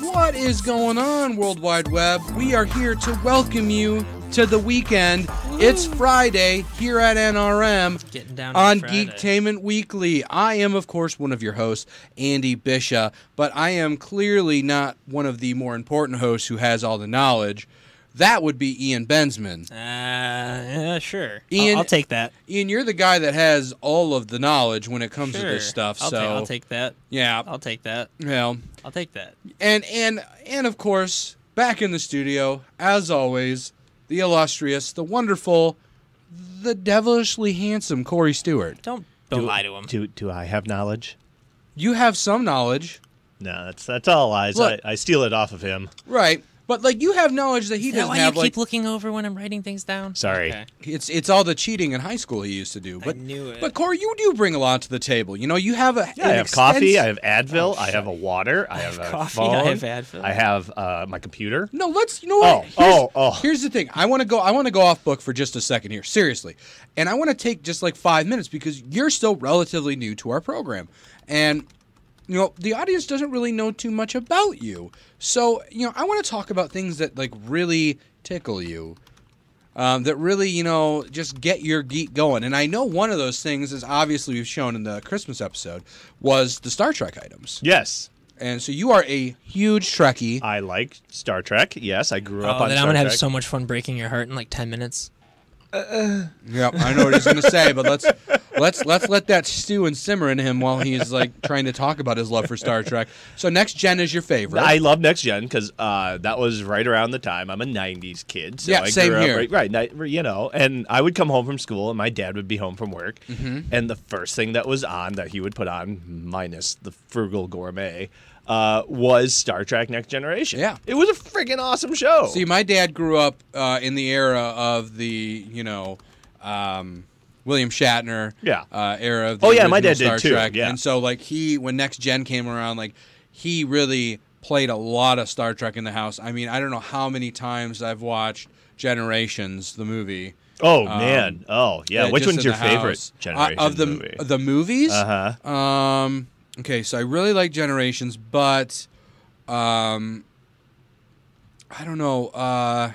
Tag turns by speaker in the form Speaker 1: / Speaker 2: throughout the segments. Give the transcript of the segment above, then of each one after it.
Speaker 1: What is going on, World Wide Web? We are here to welcome you to the weekend. It's Friday here at NRM
Speaker 2: Getting down to
Speaker 1: on
Speaker 2: Friday.
Speaker 1: Geektainment Weekly. I am, of course, one of your hosts, Andy Bisha, but I am clearly not one of the more important hosts who has all the knowledge. That would be Ian Bensman.
Speaker 2: Uh, yeah, sure. I'll-
Speaker 1: Ian-
Speaker 2: I'll, take that.
Speaker 1: Ian, you're the guy that has all of the knowledge when it comes to
Speaker 2: Sure.
Speaker 1: this stuff.
Speaker 2: I'll,
Speaker 1: so
Speaker 2: ta- I'll take that.
Speaker 1: yeah,
Speaker 2: I'll take that.
Speaker 1: well,
Speaker 2: I'll take that.
Speaker 1: and and and of course, back in the studio, as always, the illustrious, the wonderful, the devilishly handsome Corey Stewart.
Speaker 2: Don't don't lie to him.
Speaker 3: Do do I have knowledge?
Speaker 1: You have some knowledge,
Speaker 3: No, that's that's all lies.
Speaker 1: Look-
Speaker 3: I, I steal it off of him.
Speaker 1: right? But like you have knowledge that he
Speaker 2: Is that
Speaker 1: doesn't
Speaker 2: why
Speaker 1: have.
Speaker 2: you
Speaker 1: Like
Speaker 2: keep looking over when I'm writing things down?
Speaker 3: Sorry.
Speaker 2: Okay.
Speaker 1: it's it's all the cheating in high school he used to do. But
Speaker 2: knew it.
Speaker 1: but Corey, you do bring a lot to the table. You know, you have a
Speaker 3: Yeah, I
Speaker 1: an
Speaker 3: have coffee. I
Speaker 1: extensive-
Speaker 3: have Advil. I have a water. I have, a
Speaker 2: coffee,
Speaker 3: phone.
Speaker 2: I Oh, have Advil.
Speaker 3: I have uh, my computer.
Speaker 1: No, let's. You know what?
Speaker 3: Oh, oh, oh.
Speaker 1: Here's the thing. I want to go. I want to go off book for just a second here, seriously, and I want to take just like five minutes because you're still relatively new to our program, and you know the audience doesn't really know too much about you. So you know, I want to talk about things that like really tickle you. Um, that really, you know, just get your geek going. And I know one of those things is obviously we've shown in the Christmas episode was the Star Trek items.
Speaker 3: Yes,
Speaker 1: And so you are a huge Trekkie.
Speaker 3: I like Star Trek. Yes, I grew
Speaker 2: Oh,
Speaker 3: up on
Speaker 2: then
Speaker 3: Star
Speaker 2: I'm gonna have
Speaker 3: Trek.
Speaker 2: so much fun breaking your heart in like ten minutes.
Speaker 1: Yeah, I know what he's gonna say, but let's let's let's let that stew and simmer in him while he's like trying to talk about his love for Star Trek. So next gen is your favorite.
Speaker 3: I love Next Gen because uh, that was right around the time I'm a '90s kid. So
Speaker 1: Yeah,
Speaker 3: I
Speaker 1: same
Speaker 3: grew up
Speaker 1: here.
Speaker 3: Right, right, ni- you know, and I would come home from school, and my dad would be home from work,
Speaker 1: Mm-hmm.
Speaker 3: and the first thing that was on that he would put on, minus the frugal gourmet, uh, was Star Trek: Next Generation.
Speaker 1: Yeah.
Speaker 3: it was a freaking awesome show.
Speaker 1: See, my dad grew up uh, in the era of the you know um, William Shatner
Speaker 3: Yeah.
Speaker 1: uh, era of the
Speaker 3: Oh, yeah, my
Speaker 1: original
Speaker 3: dad did
Speaker 1: Star
Speaker 3: too,
Speaker 1: Trek,
Speaker 3: yeah.
Speaker 1: and so like he when next gen came around, like he really played a lot of Star Trek in the house. I mean, I don't know how many times I've watched Generations, the movie.
Speaker 3: oh man, oh yeah. Which
Speaker 1: um, just
Speaker 3: one's
Speaker 1: in
Speaker 3: your
Speaker 1: the
Speaker 3: favorite
Speaker 1: house.
Speaker 3: generation
Speaker 1: uh, of the
Speaker 3: movie?
Speaker 1: the movies?
Speaker 3: Uh
Speaker 1: huh. Um, okay, so I really like Generations, but um, I don't know. Uh,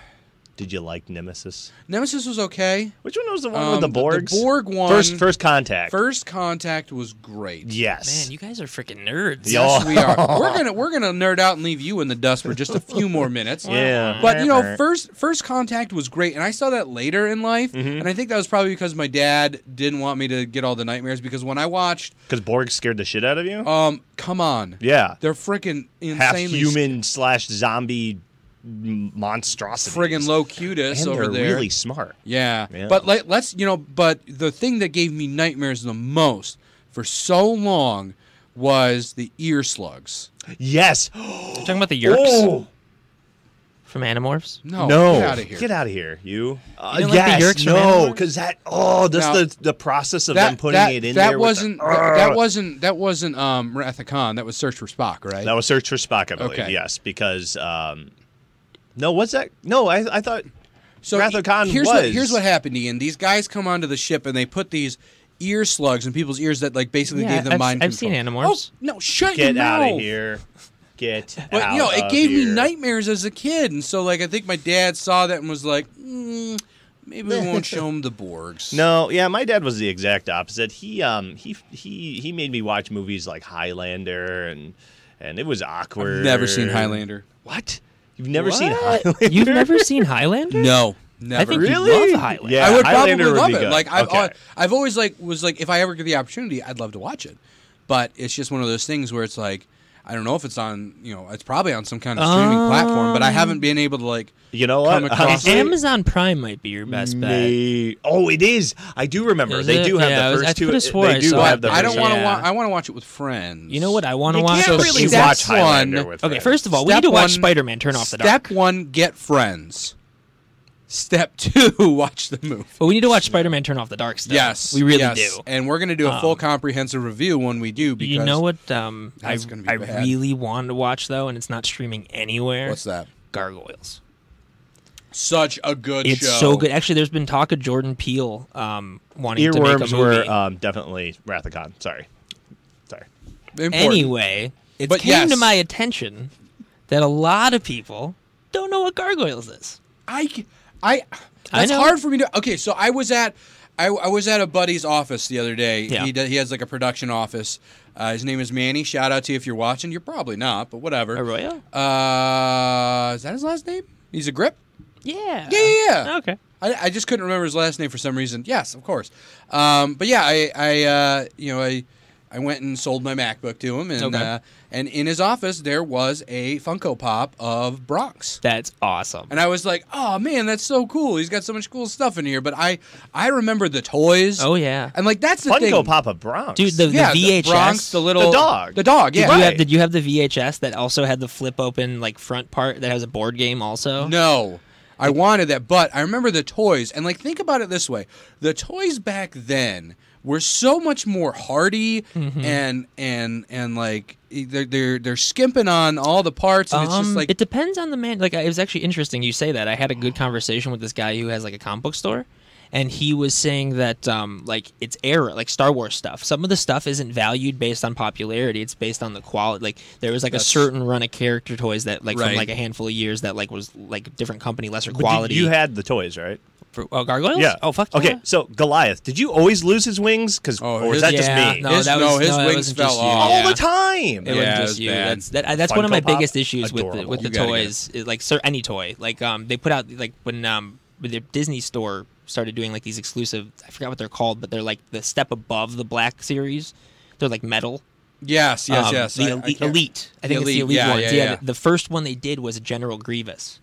Speaker 3: Did you like Nemesis?
Speaker 1: Nemesis was okay.
Speaker 3: Which one was the one
Speaker 1: Um,
Speaker 3: with the
Speaker 1: the- the
Speaker 3: Borgs?
Speaker 1: Borg one-
Speaker 3: First, first contact.
Speaker 1: First Contact was great.
Speaker 3: yes.
Speaker 2: Man, you guys are freaking nerds.
Speaker 3: Yeah.
Speaker 1: Yes, we are. We're gonna we're gonna nerd out and leave you in the dust for just a few more minutes.
Speaker 3: Yeah.
Speaker 1: But you know, first first contact was great, and I saw that later in life,
Speaker 3: Mm-hmm.
Speaker 1: and I think that was probably because my dad didn't want me to get all the nightmares. Because when I watched,
Speaker 3: Because Borg scared the shit out of you?
Speaker 1: um, come on,
Speaker 3: yeah.
Speaker 1: they're freaking insanely
Speaker 3: Half human slash zombie m- monstrosities.
Speaker 1: friggin' low cutis
Speaker 3: And
Speaker 1: over
Speaker 3: they're
Speaker 1: there.
Speaker 3: really smart.
Speaker 1: yeah.
Speaker 3: Yeah.
Speaker 1: But let, let's, you know, but the thing that gave me nightmares the most for so long was the ear slugs.
Speaker 3: Yes.
Speaker 2: You're talking about the Yerks from Animorphs.
Speaker 1: No,
Speaker 3: no.
Speaker 1: Oh, get out of here.
Speaker 3: Get out of here, you. Uh,
Speaker 2: You don't like the
Speaker 3: yes.
Speaker 2: Yerks from
Speaker 3: no,
Speaker 2: Animorphs?
Speaker 3: because that, oh, this,
Speaker 1: Now-
Speaker 3: the, the process of them putting it in
Speaker 1: that
Speaker 3: there. with the-
Speaker 1: wasn't that, that
Speaker 3: Ugh.
Speaker 1: wasn't that wasn't um Wrath of Khan. That was Search for Spock, right?
Speaker 3: That was Search for Spock, I believe.
Speaker 1: Okay.
Speaker 3: Yes, because. um No, what's that? No, I, I thought.
Speaker 1: So
Speaker 3: Wrath of Khan
Speaker 1: here's What,
Speaker 3: was-
Speaker 1: here's what happened, Ian. These guys come onto the ship and they put these ear slugs in people's ears that like basically
Speaker 2: Yeah,
Speaker 1: gave them
Speaker 2: I've-
Speaker 1: mind
Speaker 2: I've
Speaker 1: control.
Speaker 2: seen Animorphs.
Speaker 1: Oh, no, shut your
Speaker 3: Get out of
Speaker 1: mouth.
Speaker 3: here. Get
Speaker 1: But
Speaker 3: out
Speaker 1: you know, it
Speaker 3: of
Speaker 1: gave me
Speaker 3: here.
Speaker 1: nightmares as a kid, and so like I think my dad saw that and was like, mm, maybe we won't show him the Borgs.
Speaker 3: No, yeah, my dad was the exact opposite. He um he he he made me watch movies like Highlander and and it was awkward.
Speaker 1: never seen Highlander.
Speaker 3: What? You've never seen
Speaker 2: What?
Speaker 3: Highlander?
Speaker 2: You've never seen Highlander?
Speaker 1: No, never.
Speaker 2: I think you
Speaker 3: Really?
Speaker 2: love Highlander.
Speaker 3: Yeah.
Speaker 1: I would
Speaker 3: Highlander
Speaker 1: probably
Speaker 3: would
Speaker 1: love
Speaker 3: be
Speaker 1: it.
Speaker 3: good.
Speaker 1: Like I've
Speaker 3: Okay.
Speaker 1: al- I've always like was like if I ever get the opportunity, I'd love to watch it. But it's just one of those things where it's like I don't know if it's on you know it's probably on some kind of streaming
Speaker 2: Um,
Speaker 1: platform, but I haven't been able to like
Speaker 3: You know
Speaker 1: Come
Speaker 3: what?
Speaker 1: across
Speaker 3: Honestly,
Speaker 2: Amazon Prime might be your best bet.
Speaker 3: may- Oh, it is. I do remember.
Speaker 2: Is
Speaker 3: they
Speaker 2: it?
Speaker 3: do have
Speaker 2: Yeah, I
Speaker 3: the
Speaker 2: was-
Speaker 3: first
Speaker 2: I
Speaker 3: two. e-,
Speaker 2: could've swore I
Speaker 3: they do
Speaker 2: saw
Speaker 3: have
Speaker 2: it,
Speaker 3: the
Speaker 2: but
Speaker 1: I don't
Speaker 3: first
Speaker 1: want to
Speaker 2: Yeah.
Speaker 1: watch. I want to watch it with friends.
Speaker 2: You know what I want to
Speaker 3: You
Speaker 2: watch?
Speaker 3: can't really
Speaker 2: Step-
Speaker 3: watch
Speaker 1: one-
Speaker 3: Highlander with
Speaker 2: Okay,
Speaker 3: friends.
Speaker 2: first of all, we
Speaker 1: Step
Speaker 2: need to
Speaker 1: one-
Speaker 2: watch Spider-Man: Turn Off the Dark.
Speaker 1: Step one, get friends. Step two, watch the movie.
Speaker 2: But we need to watch Spider-Man: Turn Off the Dark. Still.
Speaker 1: Yes,
Speaker 2: we really
Speaker 1: yes.
Speaker 2: do. Um,
Speaker 1: and we're gonna do a full comprehensive review when we do. Because
Speaker 2: You know what? Um, I
Speaker 1: That's gonna be
Speaker 2: I
Speaker 1: bad.
Speaker 2: really want to watch though, and it's not streaming anywhere.
Speaker 1: What's that?
Speaker 2: Gargoyles.
Speaker 1: Such a good
Speaker 2: It's
Speaker 1: show.
Speaker 2: so good. Actually, there's been talk of Jordan Peele um, wanting to make a
Speaker 3: Earworms
Speaker 2: movie.
Speaker 3: were um, definitely Rathacon. Sorry, sorry.
Speaker 1: Important.
Speaker 2: anyway, it
Speaker 1: But
Speaker 2: came to
Speaker 1: yes.
Speaker 2: my attention that a lot of people don't know what gargoyles is.
Speaker 1: I, I,
Speaker 2: I
Speaker 1: that's
Speaker 2: know.
Speaker 1: hard for me to. Okay, so I was at, I, I was at a buddy's office the other day.
Speaker 2: Yeah.
Speaker 1: He does, he has like a production office. Uh, his name is Manny. Shout out to you if you're watching. You're probably not, but whatever.
Speaker 2: Arroyo?
Speaker 1: Uh, is that his last name? He's a grip.
Speaker 2: Yeah.
Speaker 1: Yeah, yeah, yeah.
Speaker 2: Okay.
Speaker 1: I, I just couldn't remember his last name for some reason. Yes, of course. Um, but yeah, I, I uh, you know, I, I went and sold my MacBook to him, and
Speaker 2: Okay.
Speaker 1: uh, and in his office there was a Funko Pop of Bronx.
Speaker 2: That's awesome.
Speaker 1: And I was like, "Oh man, that's so cool! He's got so much cool stuff in here." But I, I remember the toys.
Speaker 2: Oh yeah.
Speaker 1: and like that's the
Speaker 3: Funko
Speaker 1: thing,
Speaker 3: Papa Bronx.
Speaker 2: Dude, the,
Speaker 1: Yeah,
Speaker 2: the VHS.
Speaker 1: Bronx, the little
Speaker 3: The dog.
Speaker 1: the dog.
Speaker 2: Did
Speaker 1: Yeah,
Speaker 2: you
Speaker 3: Right.
Speaker 2: have did you have the VHS that also had the flip open like front part that has a board game also?
Speaker 1: No. I wanted that, but I remember the toys. And like think about it this way. The toys back then were so much more hardy
Speaker 2: Mm-hmm.
Speaker 1: and and and like e, they're they're they're skimping on all the parts and it's just
Speaker 2: Um,
Speaker 1: like
Speaker 2: it depends on the man. Like it was actually interesting you say that. I had a good conversation with this guy who has like a comic book store, and he was saying that um, like it's era, like Star Wars stuff. Some of the stuff isn't valued based on popularity; it's based on the quality. Like there was like
Speaker 1: That's-
Speaker 2: a certain run of character toys that like
Speaker 1: Right.
Speaker 2: from like a handful of years that like was like different company, lesser
Speaker 3: But did-
Speaker 2: quality.
Speaker 3: You had the toys, right?
Speaker 2: for, oh, gargoyles?
Speaker 3: Yeah.
Speaker 2: Oh fuck.
Speaker 3: Okay,
Speaker 2: yeah.
Speaker 3: so Goliath, did you always lose his wings? Because
Speaker 1: Oh,
Speaker 3: or
Speaker 1: his-
Speaker 3: is that just
Speaker 2: yeah,
Speaker 3: me?
Speaker 2: No,
Speaker 1: His-
Speaker 2: that was,
Speaker 1: no, his
Speaker 2: no, that
Speaker 1: wings
Speaker 2: wasn't
Speaker 1: fell
Speaker 2: just you. Oh,
Speaker 1: off.
Speaker 3: All
Speaker 1: Yeah.
Speaker 3: the time.
Speaker 2: It
Speaker 1: Yeah,
Speaker 2: wasn't
Speaker 1: it
Speaker 2: just
Speaker 1: was
Speaker 2: you.
Speaker 1: bad.
Speaker 2: That's that, I- that's one of
Speaker 3: Funko
Speaker 2: my
Speaker 3: Pop,
Speaker 2: biggest issues with the,
Speaker 3: adorable.
Speaker 2: with the
Speaker 1: You gotta get
Speaker 2: toys. Is like cer any toy, like um, they put out like when um, when the Disney store started doing like these exclusive. I forgot what they're called, but they're like the step above the black series. They're like metal.
Speaker 1: yes, yes,
Speaker 2: Um,
Speaker 1: yes.
Speaker 2: The
Speaker 1: I- I
Speaker 2: elite,
Speaker 1: can't-
Speaker 2: elite.
Speaker 1: The
Speaker 2: I think it's the
Speaker 1: Elite,
Speaker 2: elite
Speaker 1: yeah,
Speaker 2: ones.
Speaker 1: yeah,
Speaker 2: Yeah,
Speaker 1: yeah.
Speaker 2: The, the first one they did was a General Grievous,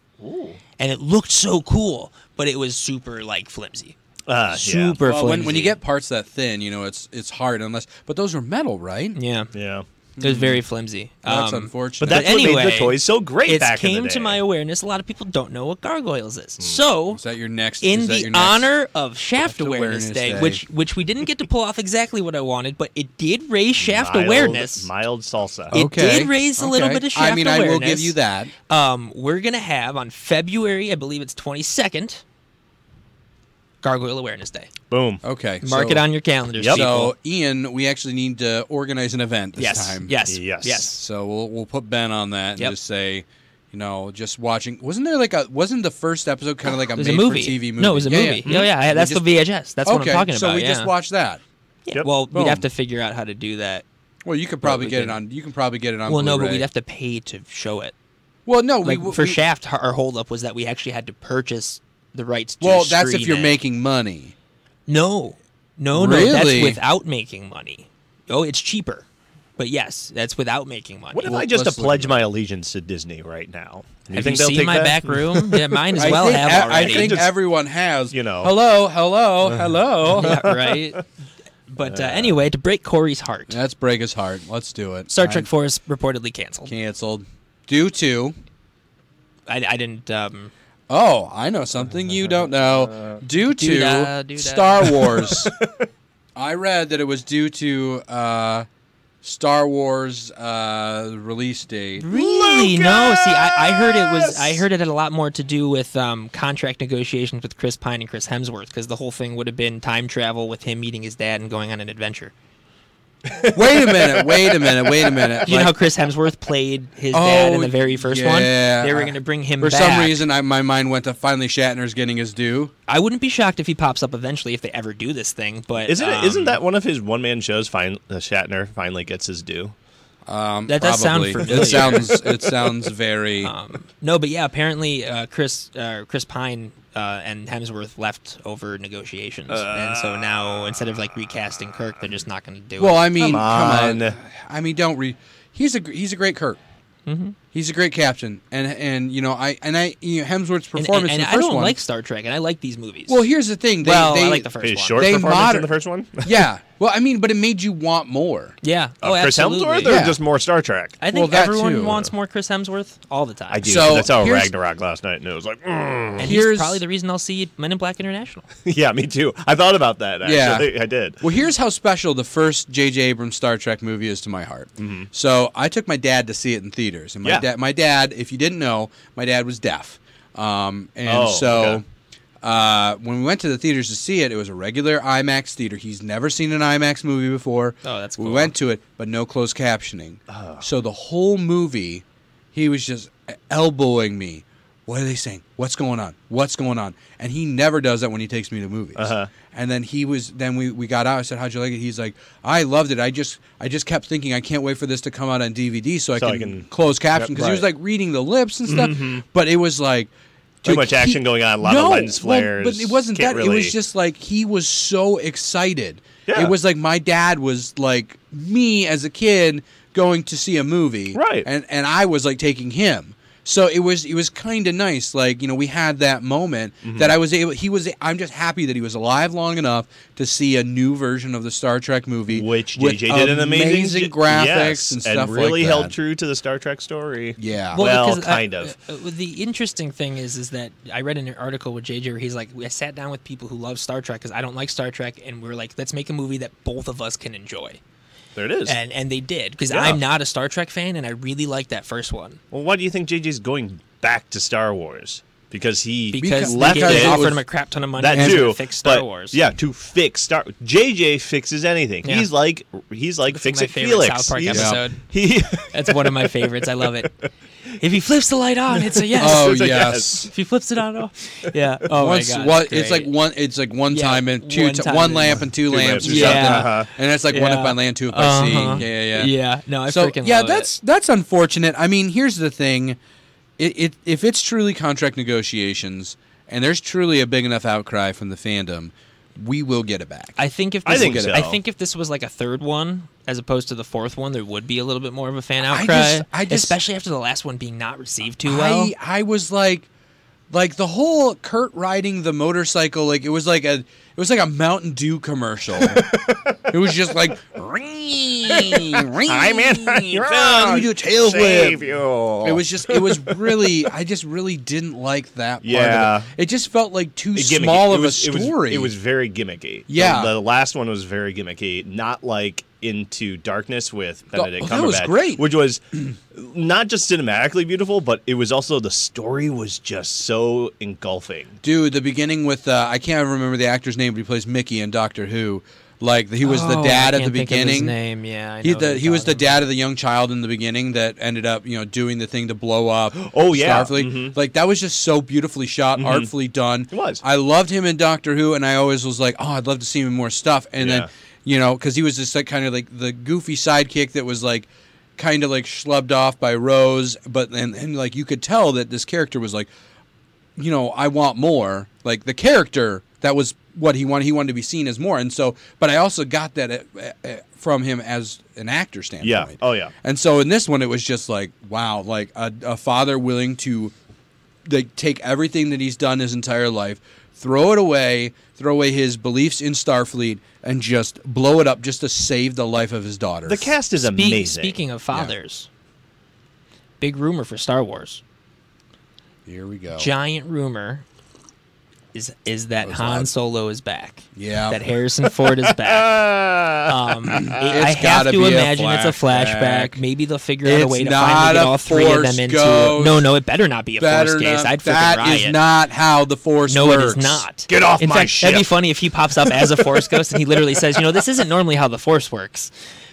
Speaker 2: and it looked so cool, but it was super like flimsy.
Speaker 3: Uh, yeah.
Speaker 2: super
Speaker 1: Well,
Speaker 2: flimsy.
Speaker 1: when, when you get parts that thin, you know, it's it's hard unless but those were metal, right?
Speaker 2: yeah,
Speaker 3: Yeah.
Speaker 2: it was very flimsy.
Speaker 1: Mm-hmm. That's
Speaker 2: Um,
Speaker 1: unfortunate.
Speaker 3: But that's what made
Speaker 2: anyway,
Speaker 3: the toys so great
Speaker 2: it
Speaker 3: back
Speaker 2: came
Speaker 3: in the
Speaker 2: to
Speaker 3: day.
Speaker 2: my awareness a lot of people don't know what gargoyles is so
Speaker 1: is that your next
Speaker 2: in
Speaker 1: is that
Speaker 2: the
Speaker 1: your next-
Speaker 2: honor of shaft
Speaker 1: Awareness
Speaker 2: awareness day,
Speaker 1: Day.
Speaker 2: which which we didn't get to pull off exactly what i wanted but it did raise shaft
Speaker 3: Mild-
Speaker 2: awareness
Speaker 3: Mild salsa.
Speaker 2: It- did raise a little
Speaker 1: okay.
Speaker 2: bit of
Speaker 1: I
Speaker 2: shaft
Speaker 1: mean, I will give
Speaker 2: awareness.
Speaker 1: you that.
Speaker 2: um we're gonna have on february i believe it's 22nd gargoyle awareness day
Speaker 3: Oh, Boom.
Speaker 2: Oh,
Speaker 1: Okay.
Speaker 2: mark
Speaker 1: so-
Speaker 2: it on your calendars
Speaker 3: Yep.
Speaker 2: people.
Speaker 1: So, Ian, we actually need to organize an event this
Speaker 2: yes
Speaker 1: time.
Speaker 2: yes
Speaker 3: Yes.
Speaker 2: yes
Speaker 1: So we'll we'll put Ben on that and
Speaker 2: Yep.
Speaker 1: just say, you know, just watching. Wasn't there like a? Wasn't the first episode kind of like a
Speaker 2: it was
Speaker 1: made
Speaker 2: a movie.
Speaker 1: for TV movie?
Speaker 2: No, it was a
Speaker 1: Yeah,
Speaker 2: movie.
Speaker 1: Yeah. Hmm.
Speaker 2: Yeah, yeah.
Speaker 1: We
Speaker 2: that's
Speaker 1: just-
Speaker 2: the VHS. That's what
Speaker 1: okay,
Speaker 2: I'm talking
Speaker 1: so
Speaker 2: about.
Speaker 1: we
Speaker 2: yeah.
Speaker 1: just watch that.
Speaker 2: Yeah,
Speaker 3: Yep.
Speaker 2: Well,
Speaker 1: Boom.
Speaker 2: we'd have to figure out how to do that
Speaker 1: Well, you could probably
Speaker 2: we
Speaker 1: get it
Speaker 2: can-
Speaker 1: on. You can probably get it on.
Speaker 2: Well, no, but
Speaker 1: Blu-ray.
Speaker 2: we'd have to pay to show it.
Speaker 1: Well, no, we-
Speaker 2: Like
Speaker 1: we,
Speaker 2: for
Speaker 1: we-
Speaker 2: Shaft, our our holdup was that we actually had to purchase the rights. to
Speaker 1: Well, that's if
Speaker 2: stream
Speaker 1: you're
Speaker 2: it.
Speaker 1: making money.
Speaker 2: No, no, no.
Speaker 1: Really?
Speaker 2: That's without making money. Oh, it's cheaper, but yes, that's without making money.
Speaker 3: What if
Speaker 1: Well,
Speaker 3: I just
Speaker 1: let's
Speaker 3: to pledge
Speaker 1: look
Speaker 3: my allegiance to Disney right now? You
Speaker 2: have
Speaker 3: think
Speaker 2: you
Speaker 3: they'll
Speaker 2: seen
Speaker 3: take
Speaker 2: my
Speaker 3: that?
Speaker 2: back room? Yeah, mine as
Speaker 1: I
Speaker 2: well
Speaker 1: think,
Speaker 2: have
Speaker 1: I- I
Speaker 2: already.
Speaker 1: think
Speaker 3: Just-
Speaker 1: everyone has.
Speaker 3: you know.
Speaker 1: Hello, hello, hello.
Speaker 2: Yeah, right. But uh, anyway, to break Corey's heart,
Speaker 1: Let's break his heart. Let's do it.
Speaker 2: Star Trek
Speaker 1: I'm
Speaker 2: Four is reportedly canceled.
Speaker 1: canceled due to
Speaker 2: I, I didn't. Um,
Speaker 1: Oh, I know something you don't know. Due to
Speaker 2: Doo-dah, doo-dah.
Speaker 1: Star Wars, I read that it was due to uh, Star Wars uh, release date.
Speaker 2: Really? No. See, I, I heard it was. I
Speaker 3: Lucas!
Speaker 2: heard it had a lot more to do with um, contract negotiations with Chris Pine and Chris Hemsworth because the whole thing would have been time travel with him meeting his dad and going on an adventure.
Speaker 1: Wait a minute! Wait a minute! Wait a minute!
Speaker 2: You know how
Speaker 1: Like,
Speaker 2: Chris Hemsworth played his
Speaker 1: Oh,
Speaker 2: dad in the very first one?
Speaker 1: yeah.
Speaker 2: They were going to bring him
Speaker 1: for
Speaker 2: back.
Speaker 1: some reason, I, my mind went to finally Shatner's getting his due.
Speaker 2: I wouldn't be shocked if he pops up eventually if they ever do this thing. But
Speaker 3: Isn't it,
Speaker 2: um,
Speaker 3: isn't that one of his one man shows? Fine, uh, Shatner finally gets his due.
Speaker 1: Um,
Speaker 2: That does sound
Speaker 1: probably.
Speaker 2: familiar.
Speaker 1: It sounds. It sounds very.
Speaker 2: Um, no, but yeah, apparently uh, Chris uh, Chris Pine uh, and Hemsworth left over negotiations, and so now instead of like recasting Kirk, they're just not going to do it.
Speaker 1: Well, I mean, come
Speaker 3: Come
Speaker 1: on.
Speaker 3: on.
Speaker 1: I mean, don't re. He's a gr- he's a great Kirk.
Speaker 2: Mm-hmm.
Speaker 1: He's a great captain, and and you know I and I you know, Hemsworth's
Speaker 2: And-
Speaker 1: performance in
Speaker 2: And, and
Speaker 1: the
Speaker 2: I
Speaker 1: first
Speaker 2: don't
Speaker 1: one.
Speaker 2: like Star Trek, and I like these movies.
Speaker 1: well, here's the thing. They,
Speaker 2: well,
Speaker 1: they,
Speaker 2: I like the first
Speaker 3: His
Speaker 2: one.
Speaker 3: short
Speaker 1: They
Speaker 3: performance
Speaker 1: moder-
Speaker 3: in the first one. Of
Speaker 1: Yeah. Well, I mean, but it made you want more.
Speaker 2: Yeah. oh,
Speaker 3: Uh, Chris
Speaker 2: absolutely.
Speaker 3: Hemsworth, or
Speaker 1: Yeah.
Speaker 3: just more Star Trek?
Speaker 2: I
Speaker 1: Well,
Speaker 2: think
Speaker 1: that
Speaker 2: everyone
Speaker 1: too.
Speaker 2: wants more Chris Hemsworth all the time.
Speaker 3: I do.
Speaker 1: So,
Speaker 3: That's how
Speaker 1: here's-
Speaker 3: Ragnarok last night, and it was like, mm.
Speaker 2: And
Speaker 1: Here's-
Speaker 2: he's probably the reason I'll see Men in Black International.
Speaker 3: yeah, me too. I thought about that.
Speaker 1: Yeah.
Speaker 3: Actually. I did.
Speaker 1: Well, here's how special the first J.J. Abrams Star Trek movie is to my heart.
Speaker 2: Mm-hmm.
Speaker 1: So I took my dad to see it in theaters, and my
Speaker 3: Yeah.
Speaker 1: dad, my dad, if you didn't know, my dad was deaf, um, and
Speaker 3: Oh,
Speaker 1: so.
Speaker 3: okay.
Speaker 1: Uh, when we went to the theaters to see it, it was a regular IMAX theater. He's never seen an IMAX movie before.
Speaker 2: Oh, that's
Speaker 1: We
Speaker 2: cool.
Speaker 3: Ah.
Speaker 1: went to it, but no closed captioning. So the whole movie, he was just elbowing me. What are they saying? What's going on? What's going on? And he never does that when he takes me to movies.
Speaker 3: Uh-huh.
Speaker 1: And then he was then we, we got out. I said, "How'd you like it?" He's like, "I loved it. I just I just kept thinking I can't wait for this to come out on DVD so, I,
Speaker 3: So
Speaker 1: can
Speaker 3: I can-
Speaker 1: close caption because he was
Speaker 3: right.
Speaker 1: like reading the lips and stuff. But it was like
Speaker 3: Too
Speaker 1: dude,
Speaker 3: much
Speaker 1: he-
Speaker 3: action going on, a lot of lens
Speaker 1: well,
Speaker 3: flares.
Speaker 1: but it wasn't
Speaker 3: Can't
Speaker 1: that. It
Speaker 3: really-
Speaker 1: was just like he was so excited.
Speaker 3: Yeah.
Speaker 1: It was like my dad was like me as a kid going to see a movie,
Speaker 3: Right.
Speaker 1: And and I was like taking him. So it was it was kind of nice. Like you know we had that moment
Speaker 3: Mm-hmm.
Speaker 1: that I was able. He was. I'm just happy that he was alive long enough to see a new version of the Star Trek movie,
Speaker 3: which
Speaker 1: with
Speaker 3: JJ did an amazing, j-
Speaker 1: graphics
Speaker 3: yes,
Speaker 1: and stuff
Speaker 3: really
Speaker 1: like
Speaker 3: held
Speaker 1: that.
Speaker 3: true to the Star Trek story.
Speaker 1: Yeah.
Speaker 3: Well,
Speaker 2: because I-
Speaker 3: kind of.
Speaker 2: uh, uh, the interesting thing is, is that I read an article with JJ where he's like, I sat down with people who love Star Trek because I don't like Star Trek, and we are like, let's make a movie that both of us can enjoy,
Speaker 3: There it is.
Speaker 2: and and they did because
Speaker 3: Yeah.
Speaker 2: I'm not a Star Trek fan, and I really liked that first one
Speaker 3: well, why do you think JJ's going back to Star Wars? Because he
Speaker 2: because
Speaker 1: left
Speaker 2: they
Speaker 1: it
Speaker 2: gave-
Speaker 1: was-
Speaker 2: offered him a crap ton of money
Speaker 3: that
Speaker 2: and
Speaker 3: too.
Speaker 2: fix Star
Speaker 3: but,
Speaker 2: Wars.
Speaker 3: Yeah, to fix Star. JJ fixes anything.
Speaker 2: Yeah.
Speaker 3: He's like he's like
Speaker 2: That's
Speaker 3: fix
Speaker 2: my
Speaker 3: it,
Speaker 2: favorite
Speaker 3: Felix.
Speaker 2: South Park
Speaker 3: He's-
Speaker 2: episode.
Speaker 3: He.
Speaker 2: That's one of my favorites. I love it. If he flips the light on, it's a yes.
Speaker 1: Oh
Speaker 3: It's like,
Speaker 1: yes.
Speaker 2: If he flips it on, oh, yeah. Oh
Speaker 1: Once,
Speaker 2: my god,
Speaker 1: one, it's
Speaker 2: great.
Speaker 1: like one. It's like one
Speaker 2: Yeah,
Speaker 1: time and two.
Speaker 2: one
Speaker 1: One,
Speaker 2: time
Speaker 1: one
Speaker 2: and-
Speaker 1: lamp and two, lamps,
Speaker 3: lamps
Speaker 1: or
Speaker 2: or something.
Speaker 1: something.
Speaker 3: Uh-huh.
Speaker 1: And it's like one
Speaker 2: Yeah.
Speaker 1: up by land, two up by sea.
Speaker 2: Uh-huh.
Speaker 1: Yeah, yeah, yeah.
Speaker 2: Yeah, no, I
Speaker 1: so
Speaker 2: freaking
Speaker 1: yeah,
Speaker 2: love
Speaker 1: that's that's unfortunate. I mean, here's the thing: it, it if it's truly contract negotiations and there's truly a big enough outcry from the fandom, we will get it back.
Speaker 2: I think if
Speaker 3: I
Speaker 2: this,
Speaker 3: think
Speaker 2: was-
Speaker 3: so.
Speaker 2: I think if this was like a third one as opposed to the fourth one, there would be a little bit more of a fan
Speaker 1: I
Speaker 2: outcry,
Speaker 1: just- I just-
Speaker 2: especially after the last one being not received too well.
Speaker 1: I, I was like like the whole Kurt riding the motorcycle like it was like a it was like a Mountain Dew commercial. it was just like I'm you do a tail whip.
Speaker 3: you.
Speaker 1: It was just it was really I just really didn't like that part
Speaker 3: Yeah.
Speaker 1: of it. It just felt like too
Speaker 3: gimmicky.
Speaker 1: small
Speaker 3: It
Speaker 1: of
Speaker 3: was-
Speaker 1: a
Speaker 3: it was-
Speaker 1: story.
Speaker 3: It was, very gimmicky. The-
Speaker 1: Yeah.
Speaker 3: the, last one was very gimmicky. Not like Into Darkness with Benedict
Speaker 1: oh,
Speaker 3: Cumberbatch,
Speaker 1: that was great.
Speaker 3: which was not just cinematically beautiful, but it was also the story was just so engulfing.
Speaker 1: Dude, the beginning with uh, I can't remember the actor's name, but he plays Mickey in Doctor Who. Like he was the
Speaker 2: Oh,
Speaker 1: dad
Speaker 2: I
Speaker 1: at the
Speaker 2: can't think of his
Speaker 1: beginning.
Speaker 2: name, yeah. I
Speaker 1: He
Speaker 2: know who
Speaker 1: the,
Speaker 2: you're
Speaker 1: he was the
Speaker 2: talking
Speaker 1: dad of the young child in the beginning that ended up you know doing the thing to blow up.
Speaker 3: Oh, yeah. Mm-hmm.
Speaker 1: Starfleet. Like that was just so beautifully shot, artfully done. It
Speaker 3: was.
Speaker 1: I loved him in Doctor Who, and I always was like, oh, I'd love to see him in more stuff. And
Speaker 3: Yeah.
Speaker 1: then you know because he was just like kind of like the goofy sidekick that was like kind of like schlubbed off by Rose, but and, and like you could tell that this character was like you know, I want more. Like the character, that was what he wanted. He wanted to be seen as more. And so, but I also got that at, at- from him as an actor standpoint.
Speaker 3: Yeah. Oh, yeah.
Speaker 1: And so in this one, it was just like, wow, like a, a father willing to like take everything that he's done his entire life, throw it away, throw away his beliefs in Starfleet, and just blow it up just to save the life of his daughter.
Speaker 3: The cast is
Speaker 2: Spe-
Speaker 3: amazing.
Speaker 2: Speaking of fathers, big rumor for Star Wars.
Speaker 1: Here we go.
Speaker 2: Giant rumor is is that
Speaker 1: was
Speaker 2: Han
Speaker 1: loud.
Speaker 2: Solo is back.
Speaker 1: Yeah.
Speaker 2: That Harrison Ford is back.
Speaker 3: Ah,
Speaker 2: Um, I have
Speaker 1: gotta
Speaker 2: to
Speaker 1: be a
Speaker 2: imagine it's a flashback.
Speaker 1: flashback.
Speaker 2: Maybe they'll figure out a
Speaker 1: It's
Speaker 2: way to
Speaker 1: not
Speaker 2: finally get
Speaker 1: a
Speaker 2: all three of them
Speaker 1: forced
Speaker 2: into.
Speaker 1: ghost.
Speaker 2: No, no, it better not be a force
Speaker 1: Better
Speaker 2: case.
Speaker 1: not-
Speaker 2: I'd freaking
Speaker 1: that
Speaker 2: riot.
Speaker 1: is not how the force
Speaker 2: no,
Speaker 1: works.
Speaker 2: it is not.
Speaker 3: Get off
Speaker 2: In
Speaker 3: my
Speaker 2: fact, That'd be
Speaker 3: ship.
Speaker 2: funny if he pops up as a force ghost and he literally says, "You know, this isn't normally how the force works."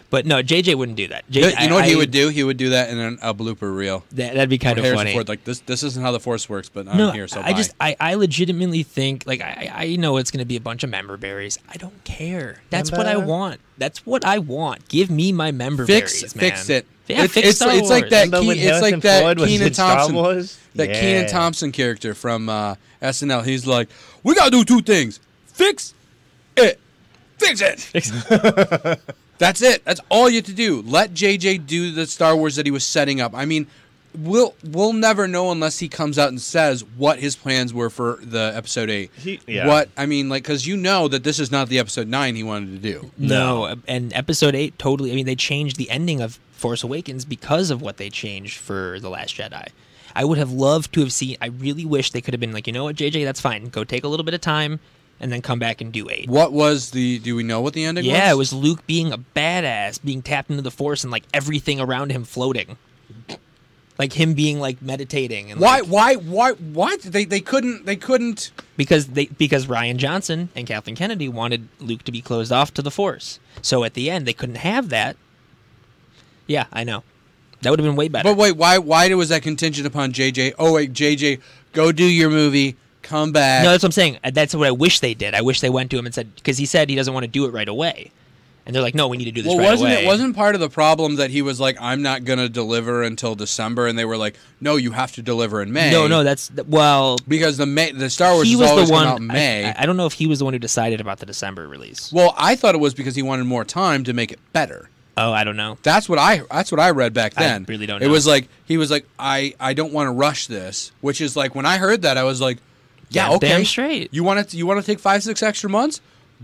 Speaker 2: But no, JJ wouldn't do that.
Speaker 1: You,
Speaker 2: JJ,
Speaker 1: you know what
Speaker 2: I-
Speaker 1: he
Speaker 2: I-
Speaker 1: would do? He would do that in an, a blooper reel.
Speaker 2: That, that'd be kind of
Speaker 1: Harrison
Speaker 2: funny.
Speaker 1: Ford, like this. This isn't how the Force works, but I'm
Speaker 2: no,
Speaker 1: here. So
Speaker 2: I
Speaker 1: bye.
Speaker 2: just, I, I legitimately think, like, I, I I know it's going to be a bunch of member berries. I don't care. That's what I
Speaker 3: Member?
Speaker 2: want. That's what I want. Give me my member
Speaker 1: fix,
Speaker 2: berries,
Speaker 1: fix
Speaker 2: man.
Speaker 1: it.
Speaker 2: Yeah,
Speaker 1: it's,
Speaker 2: fix
Speaker 1: it's,
Speaker 2: Star
Speaker 1: it's like
Speaker 2: Wars.
Speaker 1: that.
Speaker 3: Remember
Speaker 1: Ke-
Speaker 3: when
Speaker 1: it's
Speaker 3: Harrison
Speaker 1: like that
Speaker 3: Ford was
Speaker 1: Keenan
Speaker 3: in Star
Speaker 1: Thompson.
Speaker 3: Wars?
Speaker 1: That
Speaker 3: Yeah.
Speaker 1: Keenan Thompson character from uh, SNL. He's like, we gotta do two things: fix it, fix it. That's it. That's all you have to do. Let JJ do the Star Wars that he was setting up. I mean, we'll we'll never know unless he comes out and says what his plans were for the episode eight.
Speaker 3: He- yeah.
Speaker 1: What I mean, like, because you know that this is not the episode nine he wanted to do.
Speaker 2: No. and episode eight totally. I mean, they changed the ending of Force Awakens because of what they changed for the Last Jedi. I would have loved to have seen. I really wish they could have been like, you know what, JJ, that's fine. Go take a little bit of time, and then come back and do eight.
Speaker 1: What was the? Do we know what the ending was?
Speaker 2: Yeah, it was Luke being a badass, being tapped into the Force, and like everything around him floating, like him being like meditating. And,
Speaker 1: Why?
Speaker 2: like-
Speaker 1: Why? Why? What? They they couldn't. They couldn't.
Speaker 2: because they because Ryan Johnson and Kathleen Kennedy wanted Luke to be closed off to the Force. So at the end, they couldn't have that. Yeah, I know. That would have been way better.
Speaker 1: But wait, why why was that contingent upon JJ? Oh wait, JJ, go do your movie, come back.
Speaker 2: No, that's what I'm saying. Uh, That's what I wish they did. I wish they went to him and said because he said he doesn't want to do it right away, and they're like, "No, we need to do this
Speaker 1: well,
Speaker 2: right
Speaker 1: wasn't
Speaker 2: away."
Speaker 1: it wasn't part of the problem that he was like, I'm not gonna deliver until December, and they were like, No, you have to deliver in May.
Speaker 2: No, no, that's th- well.
Speaker 1: because the May, the Star Wars
Speaker 2: He
Speaker 1: is
Speaker 2: was
Speaker 1: always
Speaker 2: the
Speaker 1: come
Speaker 2: one.
Speaker 1: out in May.
Speaker 2: I, I- I don't know if he was the one who decided about the December release.
Speaker 1: well, I thought it was because he wanted more time to make it better.
Speaker 2: Oh, I don't know.
Speaker 1: That's what I that's what I read back
Speaker 2: I
Speaker 1: then.
Speaker 2: really don't
Speaker 1: It
Speaker 2: know.
Speaker 1: was like he was like I I don't want to rush this, which is like when I heard that I was like, yeah,
Speaker 2: Yeah,
Speaker 1: okay,
Speaker 2: damn straight.
Speaker 1: You want to you want to take five six extra months?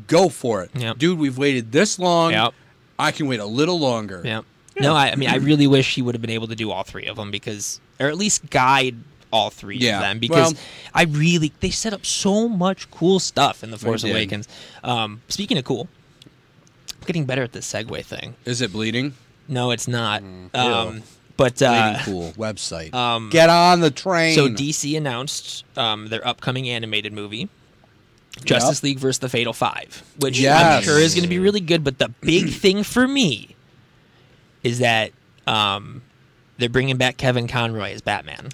Speaker 1: Go for it,
Speaker 2: Yep.
Speaker 1: dude. We've waited this long.
Speaker 2: Yep.
Speaker 1: I can wait a little longer.
Speaker 2: Yeah. No, I, I mean, I really wish he would have been able to do all three of them because, or at least guide all three
Speaker 1: Yeah.
Speaker 2: of them because
Speaker 1: Well-
Speaker 2: I really they set up so much cool stuff in the Force
Speaker 1: did.
Speaker 2: Awakens. Um, speaking of cool, I'm getting better at this segue thing.
Speaker 1: Is it bleeding?
Speaker 2: No, it's not.
Speaker 1: Mm.
Speaker 2: Um, but uh,
Speaker 1: bleeding cool website.
Speaker 2: um,
Speaker 1: Get on the train.
Speaker 2: so DC announced um, their upcoming animated movie. Justice League versus the Fatal Five, which I'm
Speaker 1: Yes.
Speaker 2: sure is going to be really good. But the big thing for me is that um, they're bringing back Kevin Conroy as Batman.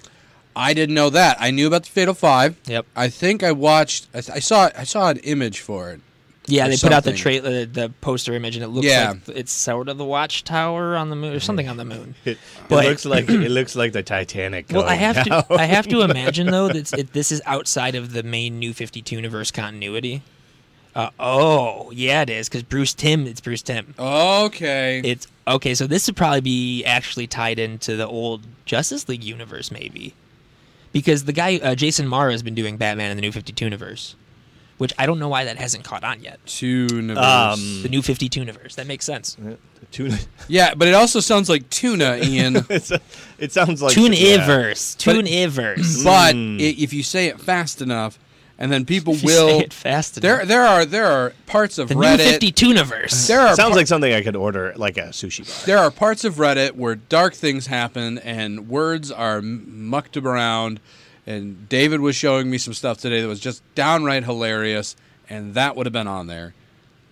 Speaker 1: I didn't know that. I knew about the Fatal Five.
Speaker 2: Yep.
Speaker 1: I think I watched. I, I saw. I saw an image for it.
Speaker 2: Yeah,
Speaker 1: Or
Speaker 2: they put out the
Speaker 1: something.
Speaker 2: trailer, the poster image, and it looks
Speaker 1: Yeah.
Speaker 2: like it's sort of the Watchtower on the moon or something on the moon.
Speaker 3: It,
Speaker 2: But-
Speaker 3: it looks like it looks like the Titanic.
Speaker 2: Well, I
Speaker 3: going
Speaker 2: have
Speaker 3: down.
Speaker 2: to. I have to imagine though that it, this is outside of the main New Fifty Two universe continuity. Uh, oh, yeah, it is because Bruce Tim. It's Bruce Tim.
Speaker 1: Okay.
Speaker 2: It's okay. So this would probably be actually tied into the old Justice League universe, maybe, because the guy uh, Jason Mara has been doing Batman in the New Fifty Two universe, which I don't know why that hasn't caught on yet.
Speaker 1: Two
Speaker 3: Um,
Speaker 2: The New Fifty Two universe. That makes sense.
Speaker 3: Tune,
Speaker 1: Yeah, but it also sounds like tuna, Ian.
Speaker 3: it's a, it sounds like
Speaker 2: Tune
Speaker 3: yeah.
Speaker 2: Iverse.
Speaker 1: But-
Speaker 2: Tune Iverse.
Speaker 1: but
Speaker 3: Hmm.
Speaker 1: i if you say it fast enough, and then people
Speaker 2: You
Speaker 1: will.
Speaker 2: say it fast
Speaker 1: There,
Speaker 2: enough.
Speaker 1: there are there are parts of
Speaker 2: The
Speaker 1: Reddit.
Speaker 2: New Fifty Two universe.
Speaker 1: there are
Speaker 3: Sounds
Speaker 1: par-
Speaker 3: like something I could order at, like a sushi bar.
Speaker 1: there are parts of Reddit where dark things happen and words are m- mucked around. And David was showing me some stuff today that was just downright hilarious, and that would have been on there.